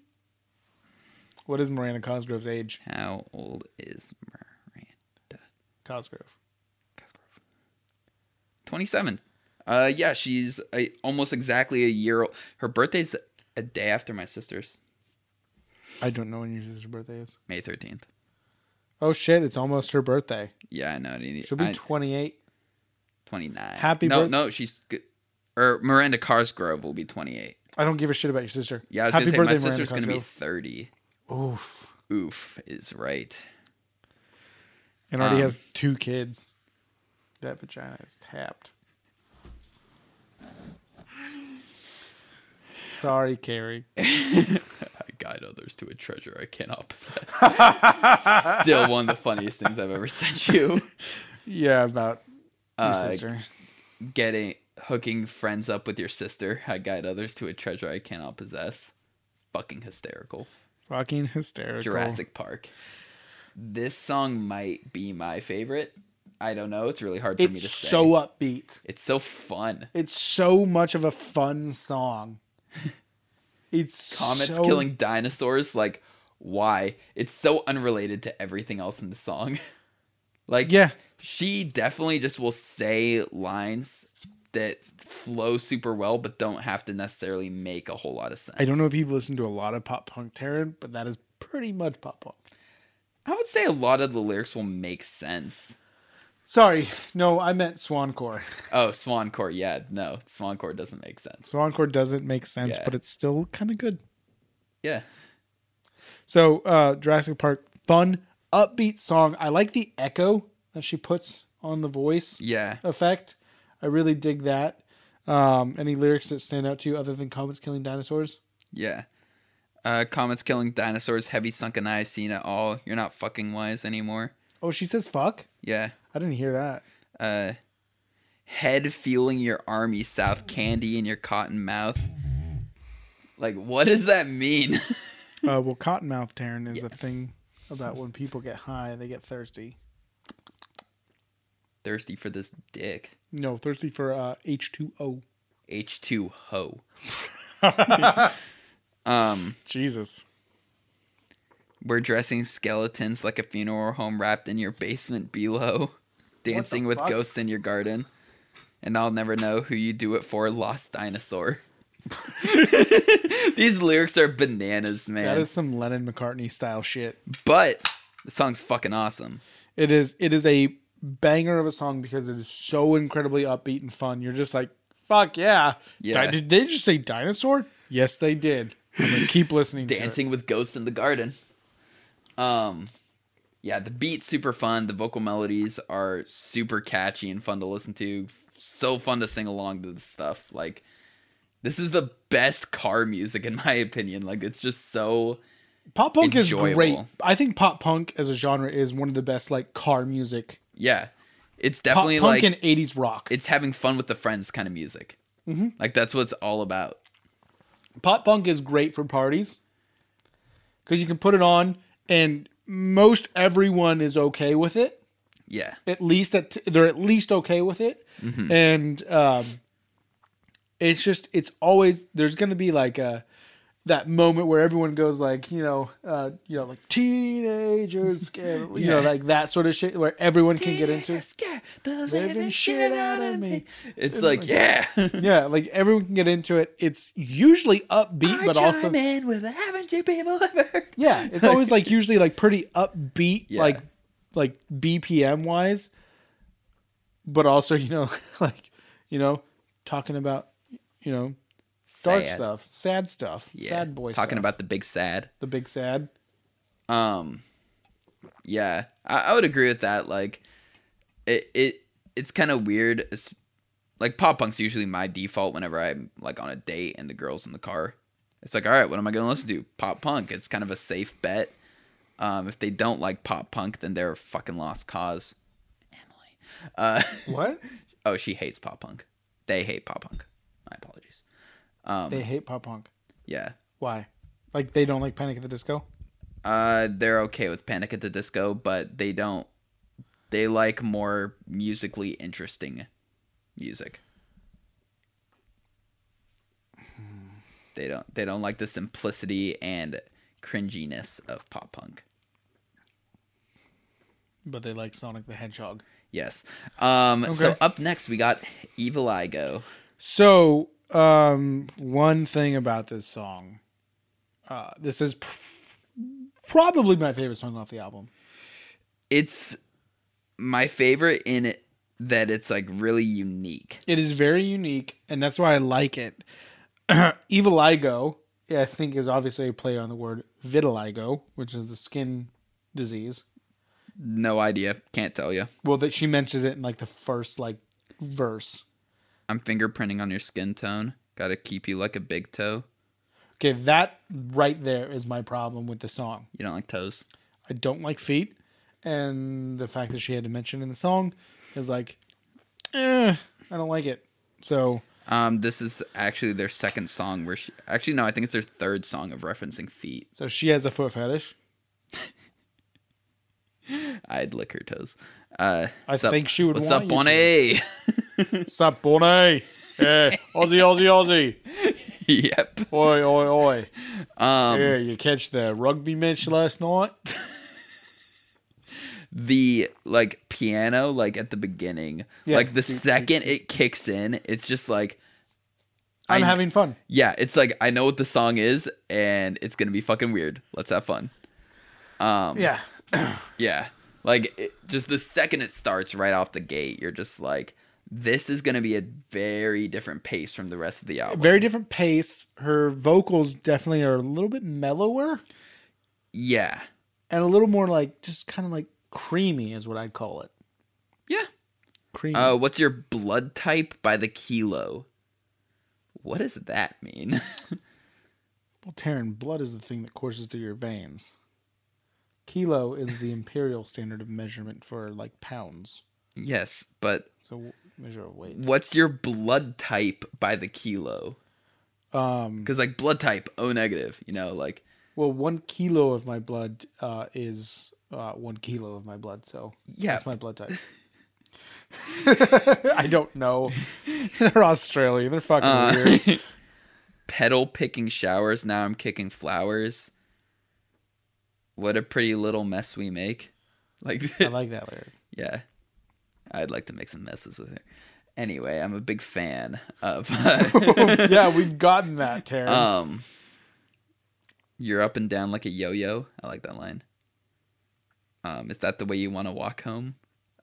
Speaker 2: What is Miranda Cosgrove's age?
Speaker 1: How old is Miranda
Speaker 2: Cosgrove.
Speaker 1: Cosgrove? Twenty-seven. Uh, yeah, she's a, almost exactly a year. old. Her birthday's a day after my sister's,
Speaker 2: I don't know when your sister's birthday is.
Speaker 1: May thirteenth.
Speaker 2: Oh shit! It's almost her birthday.
Speaker 1: Yeah, I know. I need-
Speaker 2: She'll be
Speaker 1: I-
Speaker 2: twenty-eight.
Speaker 1: twenty-nine.
Speaker 2: Happy
Speaker 1: No,
Speaker 2: birth-
Speaker 1: no, she's good. Or Miranda Cosgrove will be twenty-eight.
Speaker 2: I don't give a shit about your sister.
Speaker 1: Yeah, I was
Speaker 2: Happy
Speaker 1: gonna say
Speaker 2: birthday,
Speaker 1: my sister's
Speaker 2: Miranda
Speaker 1: gonna be
Speaker 2: Cosgrove.
Speaker 1: thirty.
Speaker 2: Oof!
Speaker 1: Oof is right.
Speaker 2: And already
Speaker 1: Um,
Speaker 2: has two kids. That vagina is tapped. Sorry, Carrie.
Speaker 1: I guide others to a treasure I cannot possess. Still one of the funniest things I've ever sent you.
Speaker 2: Yeah, about your
Speaker 1: Uh,
Speaker 2: sister.
Speaker 1: Getting hooking friends up with your sister. I guide others to a treasure I cannot possess. Fucking hysterical.
Speaker 2: Fucking hysterical.
Speaker 1: Jurassic Park. This song might be my favorite. I don't know. It's really hard for me to
Speaker 2: It's
Speaker 1: say.
Speaker 2: so upbeat.
Speaker 1: it's so fun.
Speaker 2: It's so much of a fun song. It's
Speaker 1: Comets
Speaker 2: so-
Speaker 1: killing dinosaurs. Like, why? It's so unrelated to everything else in the song. like,
Speaker 2: Yeah,
Speaker 1: she definitely just will say lines that flow super well but don't have to necessarily make a whole lot of sense.
Speaker 2: I don't know if you've listened to a lot of pop punk, Taryn, but that is pretty much pop punk.
Speaker 1: I would say a lot of the lyrics will make sense.
Speaker 2: Sorry, no, I meant Swancore.
Speaker 1: Oh, Swancore, yeah, no, Swancore doesn't make sense.
Speaker 2: Swancore doesn't make sense,
Speaker 1: Yeah.
Speaker 2: but it's still kind of good.
Speaker 1: Yeah.
Speaker 2: So, uh, Jurassic Park, fun, upbeat song. I like the echo that she puts on the voice
Speaker 1: Yeah.
Speaker 2: effect. I really dig that. Um, any lyrics that stand out to you other than comets killing dinosaurs?
Speaker 1: Yeah. Uh comets killing dinosaurs, heavy sunken eyes seen it all. You're not fucking wise anymore.
Speaker 2: Oh, she says fuck?
Speaker 1: Yeah.
Speaker 2: I didn't hear that.
Speaker 1: Uh head fueling your army south candy in your cotton mouth. Like what does that mean?
Speaker 2: Uh, well, cottonmouth Taryn is a thing about when people get high, they get thirsty.
Speaker 1: thirsty for this dick.
Speaker 2: No, thirsty for uh, H2O.
Speaker 1: H2 ho. um,
Speaker 2: Jesus.
Speaker 1: we're dressing skeletons like a funeral home wrapped in your basement below, dancing with
Speaker 2: fuck?
Speaker 1: ghosts in your garden, and I'll never know who you do it for, lost dinosaur. These lyrics are bananas, man.
Speaker 2: That is some Lennon McCartney style shit.
Speaker 1: But the song's fucking awesome.
Speaker 2: It is it is a banger of a song because it is so incredibly upbeat and fun. You're just like, fuck yeah.
Speaker 1: Yeah.
Speaker 2: Di- did they just say dinosaur? Yes, they did. I'm gonna keep listening to it.
Speaker 1: dancing with ghosts in the garden. Um, yeah, the beat's super fun. The vocal melodies are super catchy and fun to listen to. So fun to sing along to this stuff. Like, this is the best car music in my opinion. Like, it's just so
Speaker 2: Pop punk is
Speaker 1: Enjoyable.
Speaker 2: great. I think pop punk as a genre is one of the best like car music.
Speaker 1: yeah. It's
Speaker 2: Pop
Speaker 1: definitely
Speaker 2: punk
Speaker 1: like
Speaker 2: and 80s rock.
Speaker 1: it's having fun with the friends kind of music. Mm-hmm. Like that's what it's all about.
Speaker 2: pop punk is great for parties because you can put it on and most everyone is okay with it
Speaker 1: Yeah,
Speaker 2: at least at they're at least okay with it and um It's just it's always there's gonna be like a that moment where everyone goes like you know uh, you know like teenagers scared you know
Speaker 1: Yeah.
Speaker 2: like that sort of shit where everyone can get into.
Speaker 1: Scare the
Speaker 2: living shit out of me.
Speaker 1: It's like, yeah.
Speaker 2: Yeah, like everyone can get into it. It's usually upbeat, but also
Speaker 1: in with haven't you people ever?
Speaker 2: yeah, it's always like usually like pretty upbeat,
Speaker 1: Yeah.
Speaker 2: like like BPM wise, but also you know like you know talking about you know dark
Speaker 1: Sad.
Speaker 2: stuff, sad stuff,
Speaker 1: Yeah.
Speaker 2: sad boy
Speaker 1: Talking
Speaker 2: stuff.
Speaker 1: about the big sad.
Speaker 2: the big sad.
Speaker 1: Um, yeah, I, I would agree with that. Like, it it it's kind of weird. It's, like pop punk's usually my default whenever I'm like on a date and the girls in the car. It's like, all right, what am I gonna listen to? Pop punk. It's kind of a safe bet. Um, if they don't like pop punk, then they're a fucking lost cause. Emily. Uh,
Speaker 2: What
Speaker 1: oh, she hates pop punk. They hate pop punk. My apologies. Um,
Speaker 2: they hate pop punk?
Speaker 1: yeah.
Speaker 2: Why? Like they don't like Panic at the Disco?
Speaker 1: Uh, they're okay with Panic at the Disco, but they don't. They like more musically interesting music. They don't. They don't like the simplicity and cringiness of pop punk.
Speaker 2: But they like Sonic the Hedgehog.
Speaker 1: Yes. Um. So
Speaker 2: Okay.
Speaker 1: up next we got Evil Eye Go.
Speaker 2: So, um, one thing about this song, uh, this is pr- probably my favorite song off the album.
Speaker 1: It's my favorite in it that it's like really unique.
Speaker 2: It is very unique, and that's why I like it. Eviligo, I think, is obviously a play on the word vitiligo, which is the skin disease.
Speaker 1: No idea. Can't tell you.
Speaker 2: Well, that she mentions it in like the first like verse.
Speaker 1: I'm fingerprinting on your skin tone. Gotta keep you like a big toe.
Speaker 2: Okay, that right there is my problem with the song.
Speaker 1: You don't like toes.
Speaker 2: I don't like feet, and the fact that she had to mention in the song is like, eh, I don't like it. So
Speaker 1: Um, this is actually their second song where she actually no, I think it's their third song of referencing feet.
Speaker 2: so she has a foot fetish.
Speaker 1: I'd lick her toes. Uh,
Speaker 2: I
Speaker 1: what's up-
Speaker 2: think she would
Speaker 1: What's
Speaker 2: want
Speaker 1: up,
Speaker 2: you
Speaker 1: on
Speaker 2: to.
Speaker 1: A?
Speaker 2: Stop, Bonnie. Yeah, Aussie, Aussie, Aussie.
Speaker 1: yep.
Speaker 2: Oi, oi, oi.
Speaker 1: Um,
Speaker 2: Yeah, you catch the rugby match last night?
Speaker 1: the like piano, like at the beginning,
Speaker 2: Yeah.
Speaker 1: like the
Speaker 2: Doot, doot,
Speaker 1: second it kicks in, it's just like
Speaker 2: I'm
Speaker 1: I-
Speaker 2: having fun.
Speaker 1: yeah, it's like I know what the song is, and it's gonna be fucking weird. Let's have fun. Um,
Speaker 2: Yeah.
Speaker 1: Yeah. Like it, just the second it starts right off the gate, you're just like this is going to be a very different pace from the rest of the album.
Speaker 2: Very different pace. Her vocals definitely are a little bit mellower
Speaker 1: yeah.
Speaker 2: and a little more like just kind of like creamy is what I'd call it.
Speaker 1: Yeah.
Speaker 2: Creamy.
Speaker 1: Uh what's your blood type by the kilo? What does that mean?
Speaker 2: Well, Taryn, blood is the thing that courses through your veins. Kilo is the imperial standard of measurement for like pounds.
Speaker 1: yes, but
Speaker 2: So w- measure of weight.
Speaker 1: what's your blood type by the kilo?
Speaker 2: Um,
Speaker 1: Cuz like blood type O negative, you know, like
Speaker 2: well, one kilo of my blood uh, is uh, one kilo of my blood. So
Speaker 1: yeah.
Speaker 2: that's my blood type. I don't know. They're Australian. They're fucking
Speaker 1: Uh,
Speaker 2: weird.
Speaker 1: petal picking showers, now I'm kicking flowers. What a pretty little mess we make. Like,
Speaker 2: I like that lyric.
Speaker 1: yeah. I'd like to make some messes with her. Anyway, I'm a big fan of. uh,
Speaker 2: yeah, we've gotten that, Taryn.
Speaker 1: um, you're up and down like a yo yo. I like that line. Um, is that the way you want to walk home?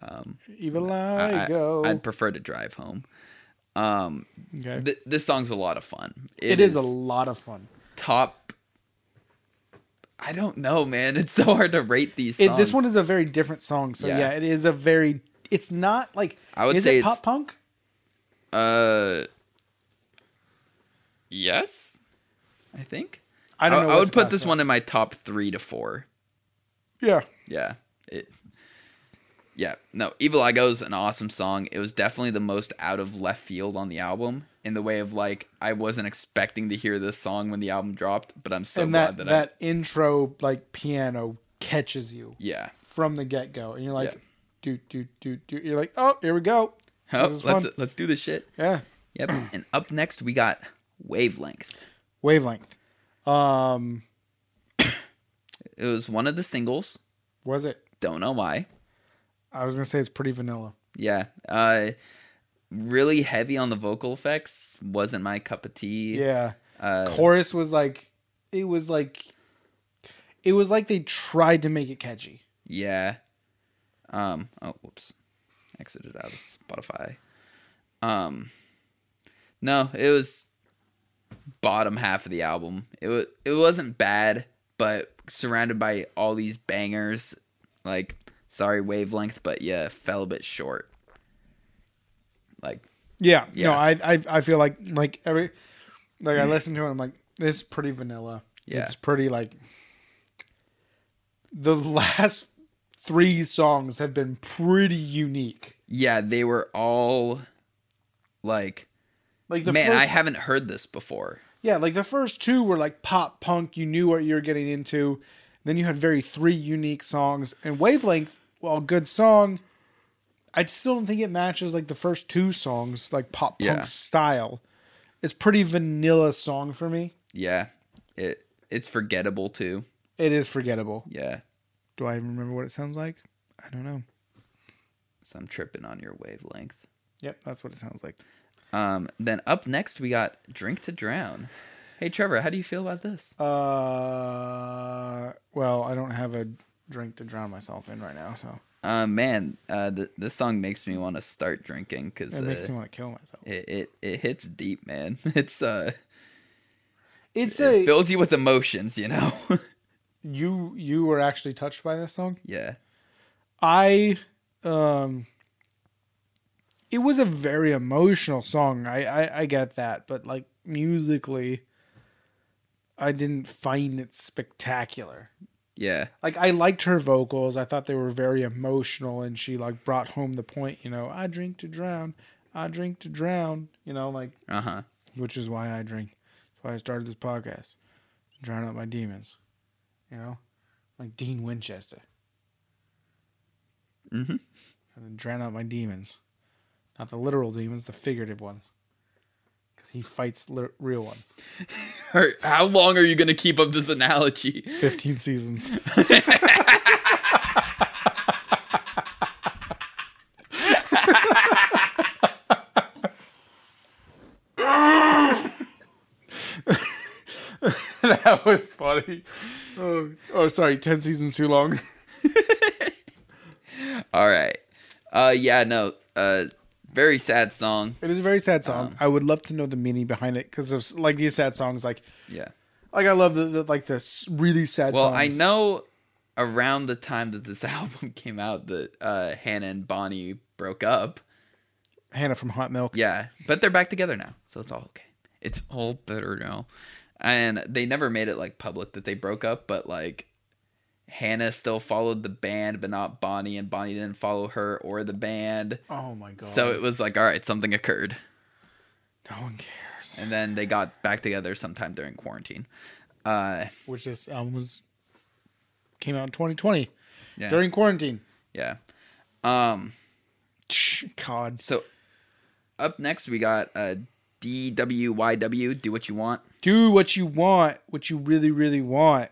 Speaker 1: Um,
Speaker 2: Even I,
Speaker 1: I,
Speaker 2: go.
Speaker 1: would prefer to drive home. Um,
Speaker 2: okay.
Speaker 1: th- this song's a lot of fun.
Speaker 2: it is a lot of fun.
Speaker 1: top. I don't know, man. It's so hard to rate these. Songs.
Speaker 2: It, this one is a very different song. So yeah.
Speaker 1: Yeah.
Speaker 2: it is a very. It's not like
Speaker 1: I would
Speaker 2: is
Speaker 1: say
Speaker 2: it
Speaker 1: it's-
Speaker 2: pop punk.
Speaker 1: Uh. Yes, I think.
Speaker 2: I don't
Speaker 1: I,
Speaker 2: know. what's
Speaker 1: would put
Speaker 2: pop
Speaker 1: this
Speaker 2: punk.
Speaker 1: one in my top three to four.
Speaker 2: Yeah,
Speaker 1: Yeah. It. Yeah. No, Evil Eye Go's an awesome song. It was definitely the most out of left field on the album in the way of like I wasn't expecting to hear this song when the album dropped, but I'm so
Speaker 2: and that
Speaker 1: glad
Speaker 2: that,
Speaker 1: that, I.
Speaker 2: intro like piano catches you
Speaker 1: Yeah.
Speaker 2: from the get go, and you're like,
Speaker 1: Yeah.
Speaker 2: do do do do. You're like, oh, here we go.
Speaker 1: Oh,
Speaker 2: This
Speaker 1: let's
Speaker 2: is fun.
Speaker 1: let's do this shit.
Speaker 2: Yeah,
Speaker 1: Yep. and up next we got Wavelength.
Speaker 2: Wavelength. Um,
Speaker 1: It was one of the singles.
Speaker 2: was it?
Speaker 1: Don't know why.
Speaker 2: I was gonna say it's pretty vanilla.
Speaker 1: Yeah. Uh really heavy on the vocal effects. Wasn't my cup of tea.
Speaker 2: Yeah.
Speaker 1: Uh,
Speaker 2: Chorus was like, it was like, it was like they tried to make it catchy.
Speaker 1: Yeah. Um. Oh, whoops. Exited out of Spotify. Um. No, it was bottom half of the album. It was. It wasn't bad, but surrounded by all these bangers, like sorry wavelength, but yeah, fell a bit short. Like
Speaker 2: Yeah. No,
Speaker 1: Yeah.
Speaker 2: I, I I feel like like every like I listen to it, I'm like, this is pretty vanilla.
Speaker 1: Yeah.
Speaker 2: It's pretty like the last three songs have been pretty unique.
Speaker 1: yeah, they were all like
Speaker 2: Like the
Speaker 1: man,
Speaker 2: first,
Speaker 1: I haven't heard this before.
Speaker 2: yeah, like the first two were like pop punk. You knew what you were getting into. Then you had very three unique songs and wavelength. While good song, I still don't think it matches like the first two songs, like pop punk
Speaker 1: Yeah.
Speaker 2: style. It's pretty vanilla song for me.
Speaker 1: Yeah, it it's forgettable too.
Speaker 2: It is forgettable.
Speaker 1: Yeah.
Speaker 2: Do I even remember what it sounds like? I don't know.
Speaker 1: So I'm tripping on your wavelength.
Speaker 2: Yep, that's what it sounds like.
Speaker 1: Um, then up next we got Drink to Drown. Hey Trevor, how do you feel about this?
Speaker 2: Uh, well, I don't have a drink to drown myself in right now, so
Speaker 1: Uh, man, uh, th- this song makes me want to start drinking because
Speaker 2: it makes me
Speaker 1: uh,
Speaker 2: want to kill myself.
Speaker 1: it, it it hits deep, man. It's uh,
Speaker 2: It's
Speaker 1: it
Speaker 2: a
Speaker 1: fills you with emotions, you know.
Speaker 2: you you were actually touched by this song.
Speaker 1: yeah,
Speaker 2: I um, it was a very emotional song. I I, I get that, but like musically, I didn't find it spectacular.
Speaker 1: yeah,
Speaker 2: like I liked her vocals. I thought they were very emotional, and she like brought home the point. You know, I drink to drown. I drink to drown. You know, like
Speaker 1: uh huh,
Speaker 2: which is why I drink. That's why I started this podcast. Drown out my demons. You know, like Dean Winchester.
Speaker 1: mm-hmm.
Speaker 2: And then drown out my demons, not the literal demons, the figurative ones. Because he fights li- real ones.
Speaker 1: how long are you gonna keep up this analogy?
Speaker 2: Fifteen seasons. that was funny. Oh, oh, sorry, ten seasons too long.
Speaker 1: All right, uh, yeah, no, uh, very sad song.
Speaker 2: It is a very sad song.
Speaker 1: Um,
Speaker 2: I would love to know the meaning behind it because of like these sad songs, like
Speaker 1: Yeah.
Speaker 2: like I love the, the like the s- really sad.
Speaker 1: Well,
Speaker 2: songs.
Speaker 1: I know around the time that this album came out that uh, Hannah and Bonnie broke up.
Speaker 2: Hannah from Hot Milk.
Speaker 1: Yeah, but they're back together now, so it's all okay. It's all better now. And they never made it like public that they broke up, but like Hannah still followed the band, but not Bonnie, and Bonnie didn't follow her or the band.
Speaker 2: Oh my god.
Speaker 1: So it was like, all right, something occurred.
Speaker 2: no one cares.
Speaker 1: And then they got back together sometime during quarantine. Uh,
Speaker 2: Which this album was came out in 2020
Speaker 1: yeah,
Speaker 2: during quarantine.
Speaker 1: yeah. Um,
Speaker 2: Shh, God,
Speaker 1: So up next we got uh DWYW Do What You Want.
Speaker 2: do what you want, what you really, really want.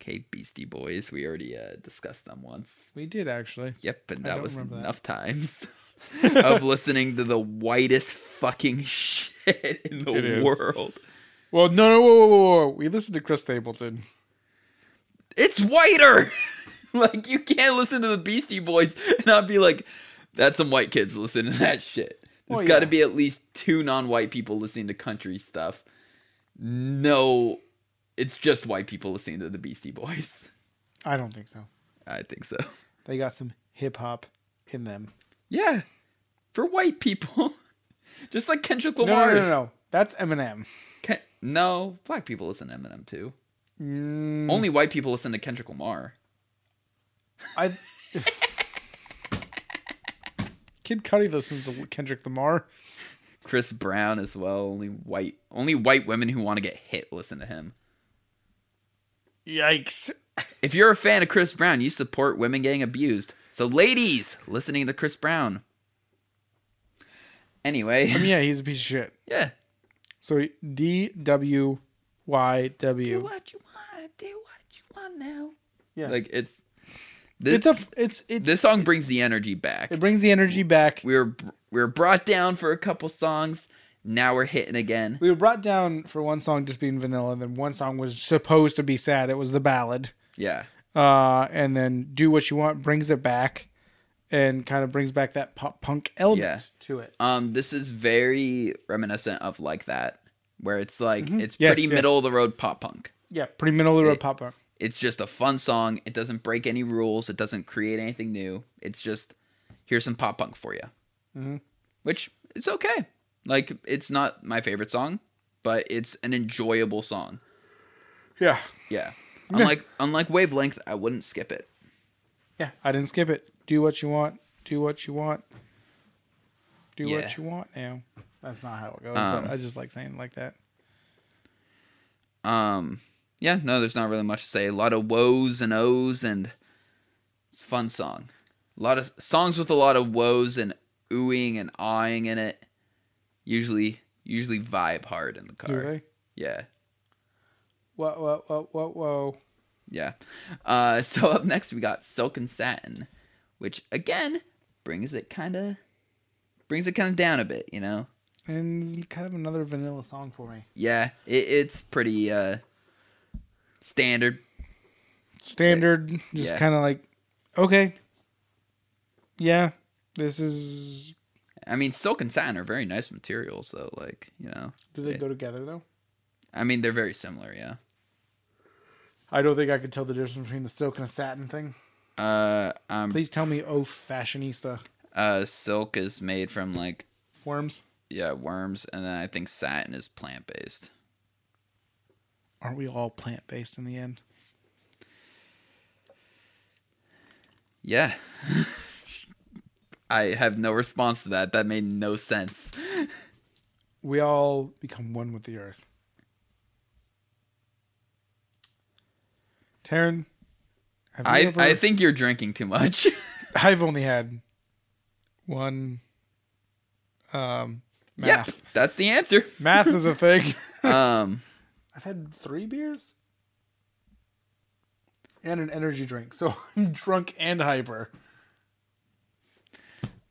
Speaker 1: Okay, Beastie Boys. We already uh, discussed them once.
Speaker 2: We did actually.
Speaker 1: Yep, and
Speaker 2: I
Speaker 1: that
Speaker 2: don't
Speaker 1: was
Speaker 2: remember that.
Speaker 1: enough times of listening to the whitest fucking shit in the
Speaker 2: It is.
Speaker 1: world.
Speaker 2: Well, no, no, whoa, whoa, whoa, whoa. We listened to Chris Stapleton.
Speaker 1: It's whiter. like you can't listen to the Beastie Boys and not be like, that's some white kids listening to that shit. There's
Speaker 2: Well,
Speaker 1: got to
Speaker 2: yeah.
Speaker 1: be at least two non-white people listening to country stuff. No, it's just white people listening to the Beastie Boys.
Speaker 2: I don't think so.
Speaker 1: I think so.
Speaker 2: They got some hip hop in them.
Speaker 1: Yeah, for white people, just like Kendrick
Speaker 2: No, no,
Speaker 1: Lamar.
Speaker 2: no, no, no. That's Eminem.
Speaker 1: Ken- no, black people listen to Eminem too.
Speaker 2: Mm,
Speaker 1: Only white people listen to Kendrick Lamar.
Speaker 2: I. Kid Cudi listens to Kendrick Lamar.
Speaker 1: Chris Brown as well. Only white, only white women who want to get hit listen to him.
Speaker 2: Yikes!
Speaker 1: If you're a fan of Chris Brown, you support women getting abused. So, ladies, listening to Chris Brown. Anyway,
Speaker 2: I mean, yeah, he's a piece of shit.
Speaker 1: yeah.
Speaker 2: So D W Y W.
Speaker 1: what you want. Do what you want now.
Speaker 2: Yeah.
Speaker 1: Like it's this
Speaker 2: It's a. f- It's it's.
Speaker 1: this song brings the energy back.
Speaker 2: it brings the energy back.
Speaker 1: We were we were brought down for a couple songs. Now we're hitting again.
Speaker 2: We were brought down for one song just being vanilla, and then one song was supposed to be sad. It was the ballad.
Speaker 1: Yeah.
Speaker 2: Uh, and then do what you want brings it back, and kind of brings back that pop punk element
Speaker 1: Yeah.
Speaker 2: to it.
Speaker 1: Um this is very reminiscent of like that where it's like it's
Speaker 2: Mm-hmm. Yes,
Speaker 1: pretty
Speaker 2: yes.
Speaker 1: middle of the road pop punk.
Speaker 2: Yeah, pretty middle of the road
Speaker 1: It-
Speaker 2: pop punk.
Speaker 1: It's just a fun song. It doesn't break any rules. It doesn't create anything new. It's just here's some pop punk for you.
Speaker 2: Mhm.
Speaker 1: Which it's okay. Like it's not my favorite song, but it's an enjoyable song.
Speaker 2: Yeah,
Speaker 1: Yeah. Unlike unlike wavelength, I wouldn't skip it.
Speaker 2: yeah. I didn't skip it. Do what you want. Do what you want. Do
Speaker 1: Yeah.
Speaker 2: what you want now. That's not how it goes.
Speaker 1: Um,
Speaker 2: but I just like saying it like that.
Speaker 1: Um yeah, no, there's not really much to say. A lot of woes and ohs and it's a fun song. A lot of songs with a lot of woes and oohing and awing in it. Usually usually vibe hard in the
Speaker 2: Do
Speaker 1: car.
Speaker 2: they?
Speaker 1: Yeah.
Speaker 2: Whoa, whoa, whoa, whoa, whoa.
Speaker 1: Yeah. Uh so up next we got Silk and Satin, which again brings it kinda brings it kinda down a bit, you know?
Speaker 2: And it's kind of another vanilla song for me.
Speaker 1: Yeah, it, it's pretty uh standard.
Speaker 2: Standard, just
Speaker 1: Yeah.
Speaker 2: kind of like, okay, yeah, this is.
Speaker 1: I mean, silk and satin are very nice materials, though. Like, you know,
Speaker 2: Do they
Speaker 1: Yeah.
Speaker 2: go together though?
Speaker 1: I mean, they're very similar, yeah.
Speaker 2: I don't think I could tell the difference between the silk and a satin thing.
Speaker 1: Uh, um,
Speaker 2: Please tell me, oh fashionista,
Speaker 1: uh, silk is made from like
Speaker 2: worms.
Speaker 1: yeah worms, and then I think satin is plant based.
Speaker 2: Aren't we all plant based in the end?
Speaker 1: Yeah. I have no response to that. That made no sense.
Speaker 2: We all become one with the earth. Taryn, have you
Speaker 1: I
Speaker 2: ever-
Speaker 1: I think you're drinking too much.
Speaker 2: I've only had one um math.
Speaker 1: yeah, that's the answer.
Speaker 2: Math is a thing.
Speaker 1: Um,
Speaker 2: I've had three beers and an energy drink. So I'm drunk and hyper.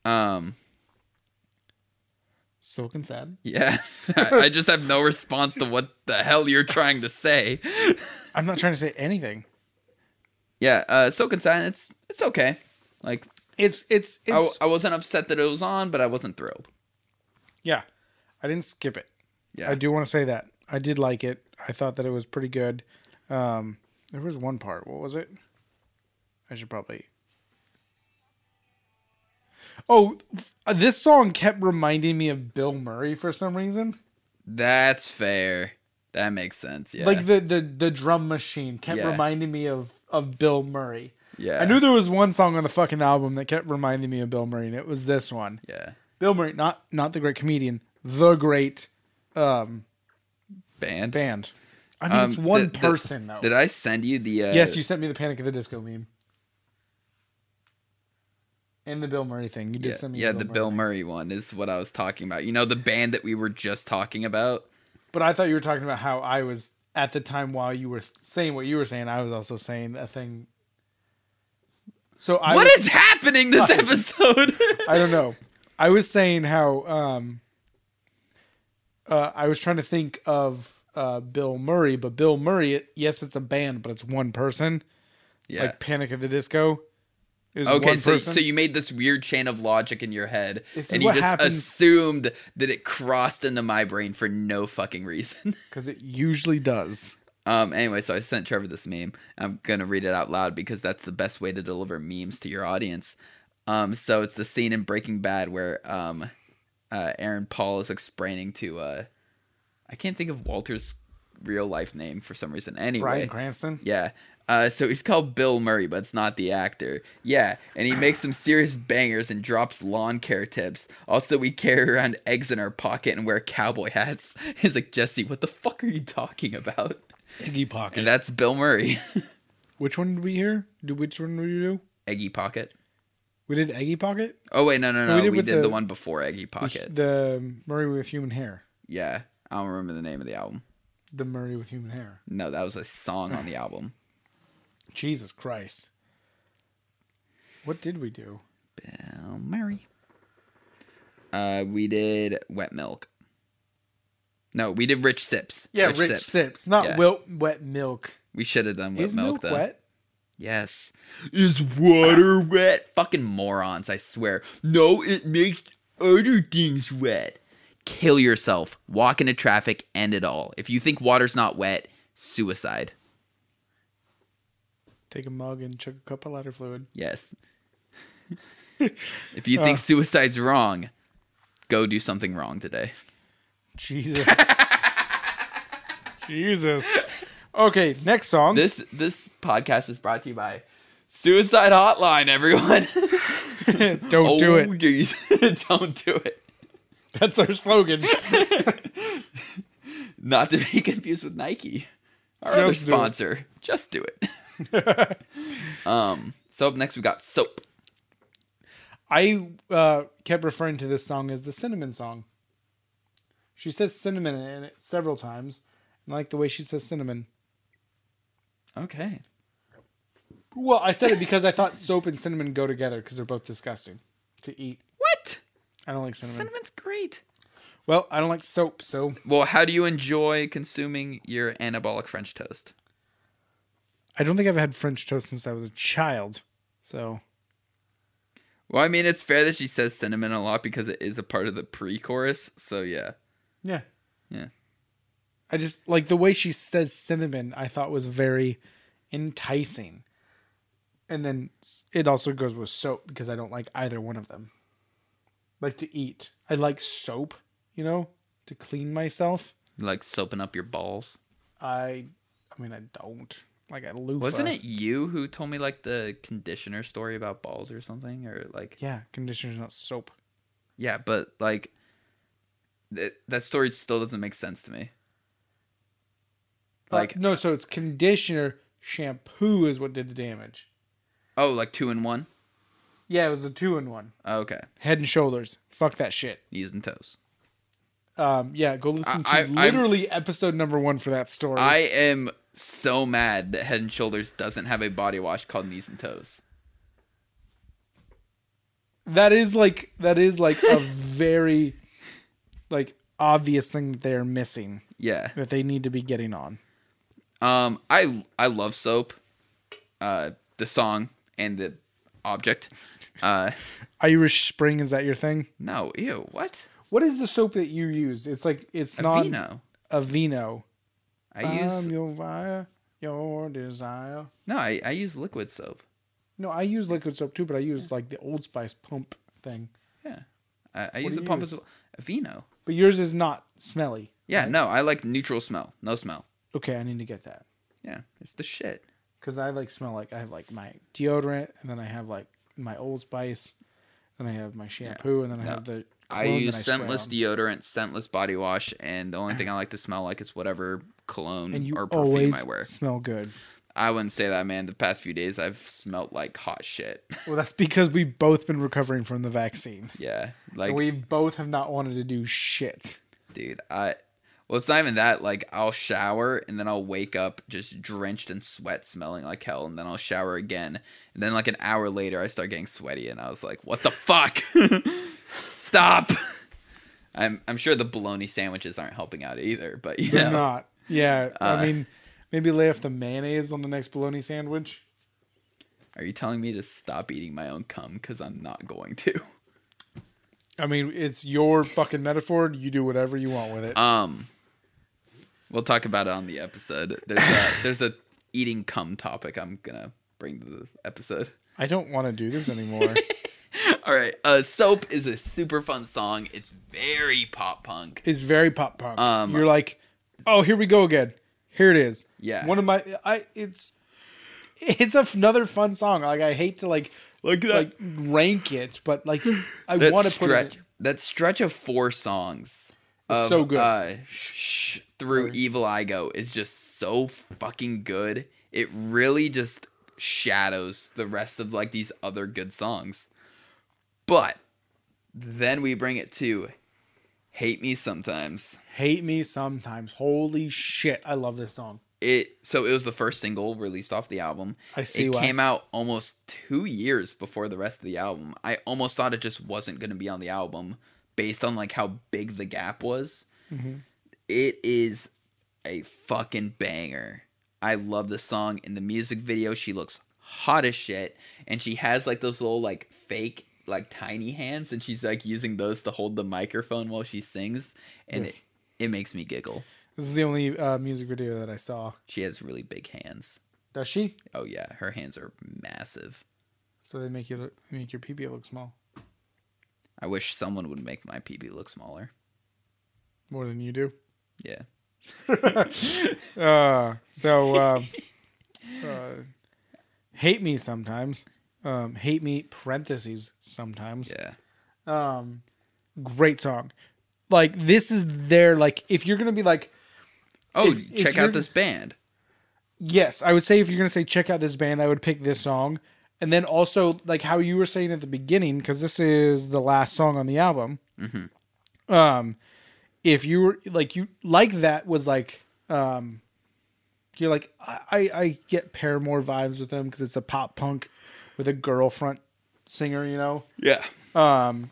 Speaker 1: um,
Speaker 2: Silk and sad.
Speaker 1: yeah. I just have no response to what the hell you're trying to say.
Speaker 2: I'm not trying to say anything.
Speaker 1: Yeah, uh, Silk and Satin, it's it's okay. Like
Speaker 2: It's it's it's
Speaker 1: I, I wasn't upset that it was on, but I wasn't thrilled.
Speaker 2: yeah. I didn't skip it.
Speaker 1: Yeah,
Speaker 2: I do want to say that. I did like it. I thought that it was pretty good. Um there was one part. What was it? I should probably Oh, f- uh, this song kept reminding me of Bill Murray for some reason.
Speaker 1: that's fair. That makes sense. Yeah,
Speaker 2: Like the, the the drum machine kept
Speaker 1: Yeah.
Speaker 2: reminding me of of Bill Murray.
Speaker 1: yeah,
Speaker 2: I knew there was one song on the fucking album that kept reminding me of Bill Murray, and it was this one.
Speaker 1: yeah,
Speaker 2: Bill Murray, not not the great comedian, the great um,
Speaker 1: band.
Speaker 2: band. I mean, it's
Speaker 1: Um,
Speaker 2: one
Speaker 1: did- did-
Speaker 2: person though.
Speaker 1: Did I send you the? Uh,
Speaker 2: yes, you sent me the Panic of the Disco meme and the Bill Murray thing. You did
Speaker 1: Yeah,
Speaker 2: send me,
Speaker 1: yeah, the Bill Murray
Speaker 2: Murray.
Speaker 1: one is what I was talking about. You know, the band that we were just talking about.
Speaker 2: But I thought you were talking about how I was at the time while you were saying what you were saying. I was also saying a thing. So I
Speaker 1: What
Speaker 2: was-
Speaker 1: is happening this episode?
Speaker 2: I don't know. I was saying how um, uh, I was trying to think of uh, Bill Murray, but Bill Murray, it, yes, it's a band, but it's one person.
Speaker 1: yeah.
Speaker 2: Like Panic at the Disco is
Speaker 1: okay,
Speaker 2: one
Speaker 1: so
Speaker 2: person.
Speaker 1: so you made this weird chain of logic in your head,
Speaker 2: This is
Speaker 1: and you
Speaker 2: what
Speaker 1: just
Speaker 2: happens-
Speaker 1: assumed that it crossed into my brain for no fucking reason.
Speaker 2: because it usually does.
Speaker 1: Um. Anyway, so I sent Trevor this meme. I'm gonna read it out loud because that's the best way to deliver memes to your audience. Um. So it's the scene in Breaking Bad where um, uh, Aaron Paul is explaining to uh, I can't think of Walter's real life name for some reason. Anyway,
Speaker 2: Brian Cranston.
Speaker 1: yeah. Uh, so he's called Bill Murray, but it's not the actor. Yeah, and he makes some serious bangers and drops lawn care tips. Also, we carry around eggs in our pocket and wear cowboy hats. He's like, Jesse, what the fuck are you talking about?
Speaker 2: Iggy Pocket.
Speaker 1: And that's Bill Murray.
Speaker 2: which one did we hear? Do which one did we do?
Speaker 1: Eggy Pocket.
Speaker 2: We did Eggy Pocket,
Speaker 1: Oh wait, no, no, no.
Speaker 2: we
Speaker 1: We
Speaker 2: did
Speaker 1: did,
Speaker 2: with
Speaker 1: the,
Speaker 2: the-
Speaker 1: one before Eggy Pocket.
Speaker 2: the Murray with Human Hair,
Speaker 1: yeah, I don't remember the name of the album.
Speaker 2: the Murray with Human Hair.
Speaker 1: No, that was a song on the album.
Speaker 2: Jesus Christ, what did we do?
Speaker 1: Bill Murray. Uh, we did Wet Milk. No, we did Rich Sips.
Speaker 2: Yeah, Rich, Sips, not
Speaker 1: Yeah.
Speaker 2: wilt wet milk.
Speaker 1: We should have done Wet
Speaker 2: Is
Speaker 1: Milk
Speaker 2: milk,
Speaker 1: though.
Speaker 2: wet?
Speaker 1: Yes. Is water wet? Fucking morons, I swear. No, it makes other things wet. Kill yourself. Walk into traffic, end it all. If you think water's not wet, suicide.
Speaker 2: Take a mug and chug a cup of lighter fluid.
Speaker 1: Yes. if you think
Speaker 2: Uh.
Speaker 1: suicide's wrong, go do something wrong today.
Speaker 2: Jesus. Jesus. Okay, next song.
Speaker 1: This this podcast is brought to you by Suicide Hotline, everyone.
Speaker 2: Don't
Speaker 1: oh,
Speaker 2: do it.
Speaker 1: jeez. Don't do it.
Speaker 2: That's their slogan.
Speaker 1: Not to be confused with Nike, our other
Speaker 2: Just do it.
Speaker 1: sponsor. Just do it. um. So up next we got soap.
Speaker 2: I uh, kept referring to this song as the cinnamon song. She says cinnamon in it several times. And I like the way she says cinnamon.
Speaker 1: Okay.
Speaker 2: Well, I said it because I thought soap and cinnamon go together because they're both disgusting to eat.
Speaker 1: What?
Speaker 2: I don't like cinnamon.
Speaker 1: Cinnamon's great.
Speaker 2: Well, I don't like soap, so
Speaker 1: Well, how do you enjoy consuming your anabolic French toast?
Speaker 2: I don't think I've had French toast since I was a child. So
Speaker 1: Well, I mean, it's fair that she says cinnamon a lot because it is a part of the pre-chorus. So yeah.
Speaker 2: Yeah.
Speaker 1: Yeah.
Speaker 2: I just like the way she says cinnamon, I thought was very enticing. And then it also goes with soap because I don't like either one of them. Like to eat. I like soap, you know, to clean myself.
Speaker 1: You like soaping up your balls.
Speaker 2: I I mean I don't. Like I loofah.
Speaker 1: Wasn't it you who told me like the conditioner story about balls or something or like
Speaker 2: Yeah, conditioner's not soap.
Speaker 1: yeah, but like th- that story still doesn't make sense to me.
Speaker 2: Like
Speaker 1: Like
Speaker 2: no, so it's conditioner shampoo is what did the damage.
Speaker 1: oh, like two in one. Oh,
Speaker 2: Yeah, it was the two in one.
Speaker 1: Okay,
Speaker 2: Head and shoulders. Fuck that shit.
Speaker 1: knees and toes.
Speaker 2: Um, yeah, go listen
Speaker 1: I- I-
Speaker 2: to
Speaker 1: I'm-
Speaker 2: literally episode number one for that story.
Speaker 1: I am so mad that Head and Shoulders doesn't have a body wash called Knees and Toes.
Speaker 2: that is like that is like a very like obvious thing that they're missing
Speaker 1: Yeah.
Speaker 2: that they need to be getting on.
Speaker 1: Um, I I love soap, uh, the song and the object. Uh,
Speaker 2: Irish Spring is that your thing?
Speaker 1: no, ew, what?
Speaker 2: What is the soap that you used? It's like it's not
Speaker 1: Avino.
Speaker 2: Aveeno.
Speaker 1: I use
Speaker 2: I'm your fire, your desire.
Speaker 1: no, I, I use liquid soap.
Speaker 2: No, I use liquid soap too, but I use like the Old Spice pump thing.
Speaker 1: I, I use
Speaker 2: do
Speaker 1: the
Speaker 2: you
Speaker 1: pump
Speaker 2: use?
Speaker 1: as well. Avino.
Speaker 2: But yours is not smelly.
Speaker 1: Yeah,
Speaker 2: right?
Speaker 1: no, I like neutral smell, no smell.
Speaker 2: Okay, I need to get that.
Speaker 1: Yeah, it's the shit.
Speaker 2: because I like smell like I have like my deodorant, and then I have like my Old Spice, and I have my shampoo, and then I
Speaker 1: No.
Speaker 2: have the.
Speaker 1: I
Speaker 2: cologne
Speaker 1: use
Speaker 2: that spray
Speaker 1: scentless
Speaker 2: on.
Speaker 1: deodorant, scentless body wash, and the only thing I like to smell like is whatever cologne
Speaker 2: and you
Speaker 1: or perfume
Speaker 2: always
Speaker 1: I wear.
Speaker 2: smell good.
Speaker 1: I wouldn't say that, man. The past few days, I've smelt like hot shit.
Speaker 2: Well, that's because we've both been recovering from the vaccine.
Speaker 1: yeah, like
Speaker 2: and we both have not wanted to do shit.
Speaker 1: dude i well it's not even that like i'll shower and then i'll wake up just drenched in sweat smelling like hell and then i'll shower again and then like an hour later i start getting sweaty and i was like what the fuck stop i'm i'm sure the bologna sandwiches aren't helping out either but you
Speaker 2: They're
Speaker 1: know
Speaker 2: not. Yeah,
Speaker 1: Uh,
Speaker 2: I mean, maybe lay off the mayonnaise on the next bologna sandwich.
Speaker 1: are you telling me to stop eating my own cum because i'm not going to
Speaker 2: I mean, it's your fucking metaphor. You do whatever you want with it.
Speaker 1: um we'll talk about it on the episode there's a there's a eating cum topic i'm gonna bring to the episode
Speaker 2: I don't want to do this anymore.
Speaker 1: All right. Uh, Soap is a super fun song. It's very pop punk.
Speaker 2: is very pop punk.
Speaker 1: Um,
Speaker 2: You're like, oh, here we go again. Here it is.
Speaker 1: Yeah.
Speaker 2: One of my, I it's, it's a f- another fun song. Like I hate to like
Speaker 1: Look at
Speaker 2: like rank it, but like I
Speaker 1: that
Speaker 2: want to put
Speaker 1: stretch.
Speaker 2: it.
Speaker 1: that stretch of four songs. Of,
Speaker 2: so good.
Speaker 1: Uh, Shh through Evil I Go is just so fucking good. It really just shadows the rest of like these other good songs. But then we bring it to Hate Me Sometimes.
Speaker 2: Hate Me Sometimes. Holy shit, I love this song.
Speaker 1: It so it was the first single released off the album.
Speaker 2: I see
Speaker 1: it
Speaker 2: why.
Speaker 1: came out almost 2 years before the rest of the album. I almost thought it just wasn't going to be on the album based on like how big the gap was.
Speaker 2: Mhm.
Speaker 1: It is a fucking banger. I love this song. In the music video, she looks hot as shit, and she has like those little like fake like tiny hands, and she's like using those to hold the microphone while she sings, and
Speaker 2: Yes.
Speaker 1: it, it makes me giggle.
Speaker 2: This is the only uh, music video that I saw.
Speaker 1: She has really big hands.
Speaker 2: Does she?
Speaker 1: Oh yeah, her hands are massive.
Speaker 2: So they make you look, make your pee pee look small
Speaker 1: I wish someone would make my PB look smaller.
Speaker 2: more than you do.
Speaker 1: Yeah.
Speaker 2: uh, so uh, uh, hate me sometimes. Um, hate me parentheses sometimes.
Speaker 1: Yeah.
Speaker 2: Um, great song. Like this is their like if you're gonna be like
Speaker 1: Oh,
Speaker 2: If- if
Speaker 1: check
Speaker 2: you're-
Speaker 1: out this band.
Speaker 2: yes, I would say if you're gonna say check out this band, I would pick this song. And then also like how you were saying at the beginning, because this is the last song on the album.
Speaker 1: Mhm.
Speaker 2: Um, if you were like you like that was like um, you're like I I, I get Paramore vibes with them because it's a pop punk with a girl front singer, you know.
Speaker 1: Yeah.
Speaker 2: um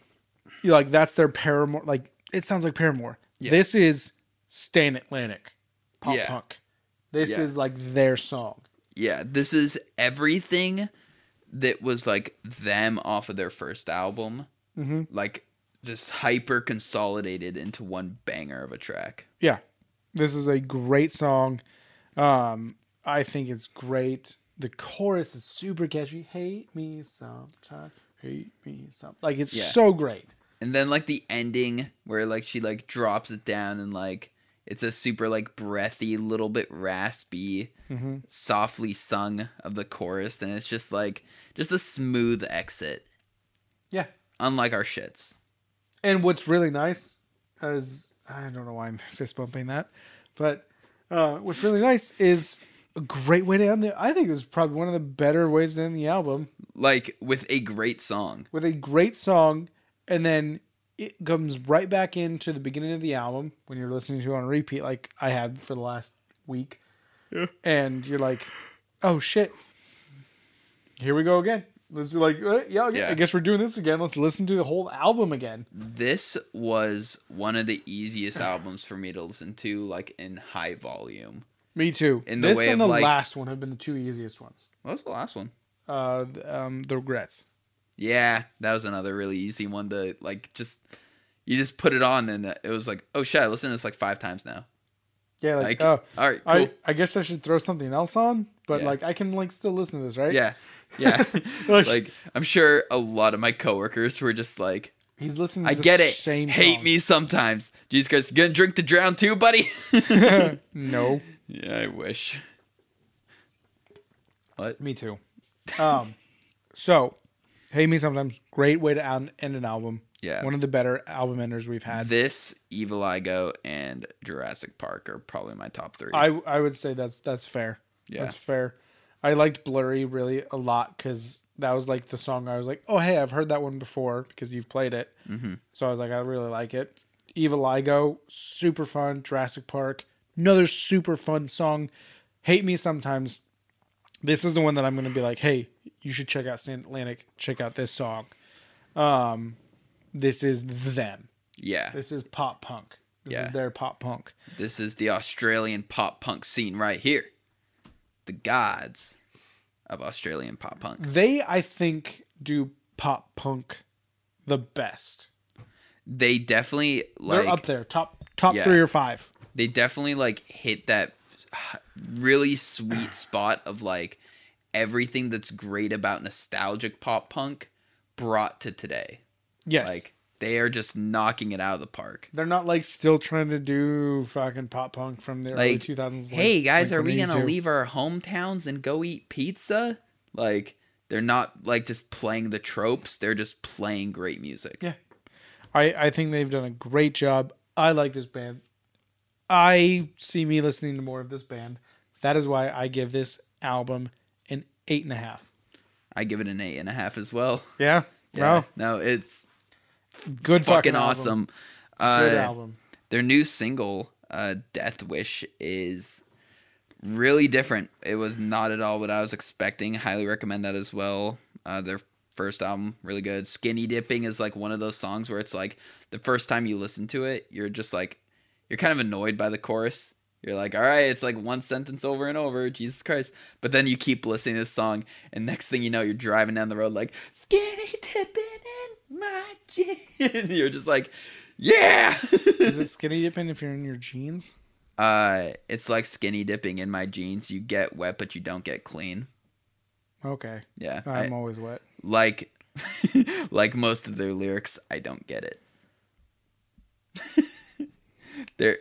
Speaker 2: you like that's their paramore like it sounds like paramore
Speaker 1: Yeah.
Speaker 2: this is stan atlantic pop
Speaker 1: Yeah.
Speaker 2: punk this
Speaker 1: Yeah.
Speaker 2: is like their song
Speaker 1: Yeah, this is everything that was like them off of their first album,
Speaker 2: mm-hmm.
Speaker 1: like just hyper consolidated into one banger of a track.
Speaker 2: yeah this is a great song um i think it's great the chorus is super catchy hate me sometime hate me some like it's
Speaker 1: Yeah.
Speaker 2: so great
Speaker 1: And then like the ending where like she like drops it down and like it's a super like breathy, little bit raspy,
Speaker 2: mm-hmm.
Speaker 1: softly sung of the chorus and it's just like just a smooth exit,
Speaker 2: yeah
Speaker 1: unlike our shits.
Speaker 2: And what's really nice is I don't know why I'm fist bumping that, but uh, what's really nice is a great way to end the. I think it was probably one of the better ways to end the album
Speaker 1: Like with a great song.
Speaker 2: with a great song, and then it comes right back into the beginning of the album when you're listening to it on repeat, like I had for the last week,
Speaker 1: Yeah.
Speaker 2: and you're like, oh shit, here we go again. Let's do like uh, yeah, okay,
Speaker 1: Yeah.
Speaker 2: I guess we're doing this again. Let's listen to the whole album again.
Speaker 1: this was one of the easiest albums for me to listen to like in high volume
Speaker 2: Me too.
Speaker 1: In the
Speaker 2: this
Speaker 1: way
Speaker 2: and
Speaker 1: of,
Speaker 2: the
Speaker 1: like-
Speaker 2: last one have been the two easiest ones.
Speaker 1: what was the last one
Speaker 2: Uh, th- um, the regrets.
Speaker 1: yeah that was another really easy one to like just you just put it on and it was like oh shit i listened to this like five times now
Speaker 2: Yeah,
Speaker 1: like
Speaker 2: like, oh,
Speaker 1: all right cool
Speaker 2: I I guess I should throw something else on, but
Speaker 1: Yeah.
Speaker 2: like I can like still listen to this, right?
Speaker 1: yeah yeah
Speaker 2: Like-
Speaker 1: like i'm sure a lot of my coworkers were just like
Speaker 2: he's listening. to
Speaker 1: i
Speaker 2: the
Speaker 1: get it
Speaker 2: Same
Speaker 1: hate
Speaker 2: song.
Speaker 1: me sometimes jesus christ you gonna drink to drown too buddy
Speaker 2: no,
Speaker 1: yeah i wish what
Speaker 2: me too. Um, so hate me sometimes. Great way to an- end an album.
Speaker 1: yeah
Speaker 2: One of the better album enders we've had.
Speaker 1: This, Evil Igo, and Jurassic Park are probably my top three.
Speaker 2: I I would say that's that's fair.
Speaker 1: yeah.
Speaker 2: That's fair. I liked Blurry really a lot because that was like the song I was like, oh hey, I've heard that one before because you've played it.
Speaker 1: hmm
Speaker 2: So I was like, I really like it. Evil Igo, super fun. Jurassic Park, another super fun song. Hate Me Sometimes. This is the one that I'm going to be like, hey, you should check out Stan Atlantic. Check out this song. Um, this is them.
Speaker 1: Yeah.
Speaker 2: This is pop punk. This
Speaker 1: Yeah.
Speaker 2: is their pop punk.
Speaker 1: This is the Australian pop punk scene right here. The gods of Australian pop punk.
Speaker 2: They, I think, do pop punk the best.
Speaker 1: They definitely like
Speaker 2: They're up there, top top
Speaker 1: Yeah.
Speaker 2: three or five.
Speaker 1: they definitely like hit that really sweet spot of like everything that's great about nostalgic pop punk brought to today.
Speaker 2: Yes,
Speaker 1: Like they are just knocking it out of the park.
Speaker 2: They're not like still trying to do fucking pop punk from the early
Speaker 1: Like,
Speaker 2: 2000s. like
Speaker 1: hey guys, are we gonna
Speaker 2: Blink-182.
Speaker 1: leave our hometowns and go eat pizza? Like they're not like just playing the tropes; they're just playing great music.
Speaker 2: Yeah. I, I think they've done a great job. I like this band. I see me listening to more of this band. That is why I give this album an eight and a half.
Speaker 1: I give it an eight and a half as well.
Speaker 2: Yeah.
Speaker 1: Yeah.
Speaker 2: Wow.
Speaker 1: No, it's
Speaker 2: Good
Speaker 1: fucking,
Speaker 2: fucking, album.
Speaker 1: awesome.
Speaker 2: Good
Speaker 1: Uh,
Speaker 2: album.
Speaker 1: their new single, uh, Death Wish, is really different. It was not at all what I was expecting. Highly recommend that as well. Uh, their first album, really good. Skinny Dipping is like one of those songs where it's like the first time you listen to it, you're just like, you're kind of annoyed by the chorus. You're like, all right, it's like one sentence over and over, Jesus Christ. But then you keep listening to this song, and next thing you know, you're driving down the road like, skinny dipping in my jeans. And you're just like, yeah.
Speaker 2: Is it skinny dipping if you're in your jeans?
Speaker 1: Uh, it's like skinny dipping in my jeans. You get wet, but you don't get clean.
Speaker 2: Okay.
Speaker 1: Yeah, I-
Speaker 2: I'm always wet.
Speaker 1: like, like most of their lyrics, I don't get it. their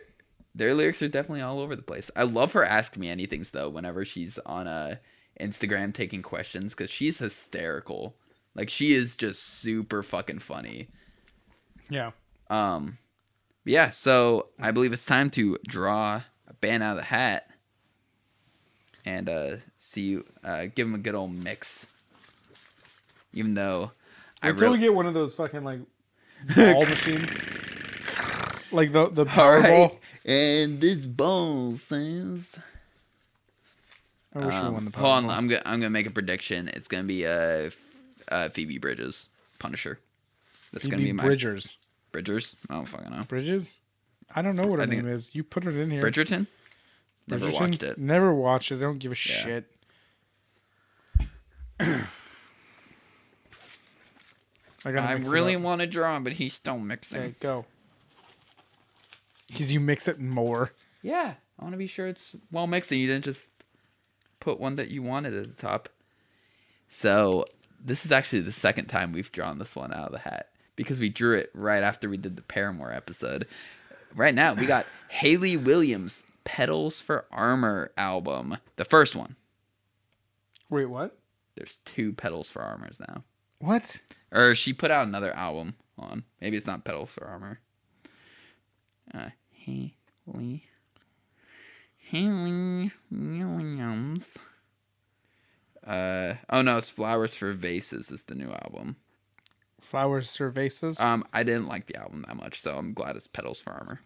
Speaker 1: their lyrics are definitely all over the place. I love her ask me anything's though. Whenever she's on uh, Instagram taking questions, because she's hysterical. Like she is just super fucking funny.
Speaker 2: Yeah.
Speaker 1: Um, yeah. So I believe it's time to draw a band out of the hat and uh, see you. Uh, give them a good old mix. Even though I
Speaker 2: Until
Speaker 1: really
Speaker 2: we get one of those fucking like ball machines, like the the
Speaker 1: all
Speaker 2: Powerball.
Speaker 1: right, and this ball says.
Speaker 2: I wish we
Speaker 1: Um,
Speaker 2: won the Powerball.
Speaker 1: hold on, I'm gonna I'm gonna make a prediction. It's gonna be uh, F- uh Phoebe Bridges Punisher. That's
Speaker 2: Phoebe
Speaker 1: gonna be my
Speaker 2: Bridgers.
Speaker 1: Bridgers. I don't fucking know.
Speaker 2: Bridges. I don't know what her
Speaker 1: I think-
Speaker 2: name is. You put it in here.
Speaker 1: Bridgerton. Never
Speaker 2: Bridgerton?
Speaker 1: watched it.
Speaker 2: Never watched it. I don't give a shit. I gotta
Speaker 1: I
Speaker 2: mix it
Speaker 1: really
Speaker 2: up.
Speaker 1: want to draw, but he's still mixing.
Speaker 2: okay. Go. Because you mix it more.
Speaker 1: Yeah, I want to be sure it's well mixed and you didn't just put one that you wanted at the top. So, this is actually the second time we've drawn this one out of the hat because we drew it right after we did the Paramore episode. Right now, we got Haley Williams' Pedals for Armor album, the first one.
Speaker 2: Wait, what?
Speaker 1: There's two Pedals for Armors now.
Speaker 2: What?
Speaker 1: Or she put out another album Hold on. Maybe it's not Pedals for Armor. Uh, Haley. Haley Williams. Uh, oh no, it's Flowers for Vases is the new album.
Speaker 2: Flowers cervases?
Speaker 1: Um, I didn't like the album that much, so I'm glad it's Pedals for Armor.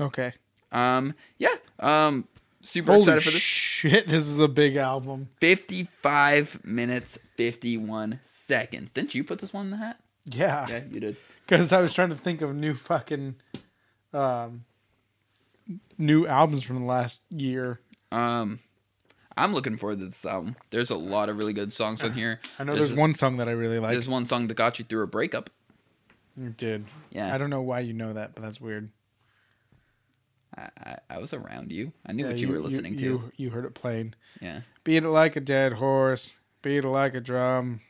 Speaker 2: okay.
Speaker 1: Um, yeah. Um, super
Speaker 2: Holy
Speaker 1: excited for this.
Speaker 2: shit, this is a big album.
Speaker 1: 55 minutes, 51 seconds. Didn't you put this one in the hat?
Speaker 2: Yeah.
Speaker 1: Yeah, you did.
Speaker 2: Because I was trying to think of new fucking um new albums from the last year.
Speaker 1: Um, I'm looking forward to this album. There's a lot of really good songs on here.
Speaker 2: I know there's, one song that I really like.
Speaker 1: There's one song that got you through a breakup.
Speaker 2: You did.
Speaker 1: Yeah.
Speaker 2: I don't know why you know that, but that's weird.
Speaker 1: I, I, I was around you. I knew
Speaker 2: Yeah,
Speaker 1: what you, were listening to.
Speaker 2: You, you heard it playing.
Speaker 1: Yeah.
Speaker 2: Beat it like a dead horse. Beat it like a drum.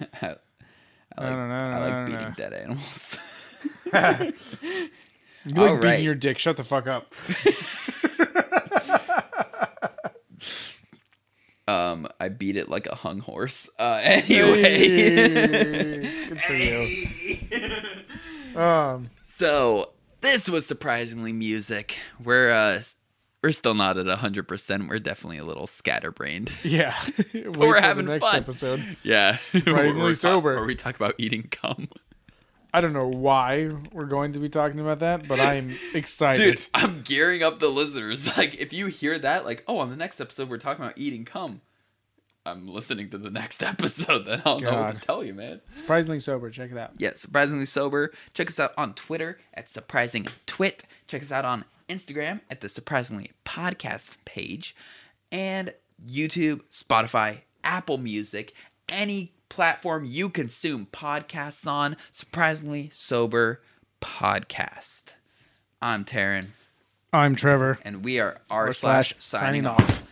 Speaker 1: I, I
Speaker 2: I
Speaker 1: like,
Speaker 2: don't know,
Speaker 1: I
Speaker 2: I don't
Speaker 1: like beating
Speaker 2: know.
Speaker 1: dead animals.
Speaker 2: You like
Speaker 1: All
Speaker 2: beating
Speaker 1: right.
Speaker 2: your dick. Shut the fuck up.
Speaker 1: um, I beat it like a hung horse. Uh, anyway.
Speaker 2: Hey, Good for you. Um,
Speaker 1: So this was surprisingly music. We're uh, we're still not at hundred percent. We're definitely a little scatterbrained.
Speaker 2: yeah. Wait
Speaker 1: we're
Speaker 2: till
Speaker 1: having
Speaker 2: the next
Speaker 1: fun.
Speaker 2: episode.
Speaker 1: Yeah,
Speaker 2: Surprisingly
Speaker 1: Or we talk-
Speaker 2: sober.
Speaker 1: Or we talk about eating cum,
Speaker 2: I don't know why we're going to be talking about that, but I'm excited.
Speaker 1: dude. I'm gearing up the listeners. Like, if you hear that, like, oh, on the next episode we're talking about eating cum. I'm listening to the next episode. Then I'll know what
Speaker 2: God.
Speaker 1: to tell you, man.
Speaker 2: Surprisingly sober. Check it out.
Speaker 1: Yeah, surprisingly sober. Check us out on Twitter at surprising twit. Check us out on Instagram at the surprisingly podcast page, and YouTube, Spotify, Apple Music, any platform you consume podcasts on. Surprisingly sober podcast. I'm Taryn,
Speaker 2: I'm Trevor.
Speaker 1: and we are r
Speaker 2: Or
Speaker 1: slash
Speaker 2: slash
Speaker 1: signing
Speaker 2: signing
Speaker 1: off.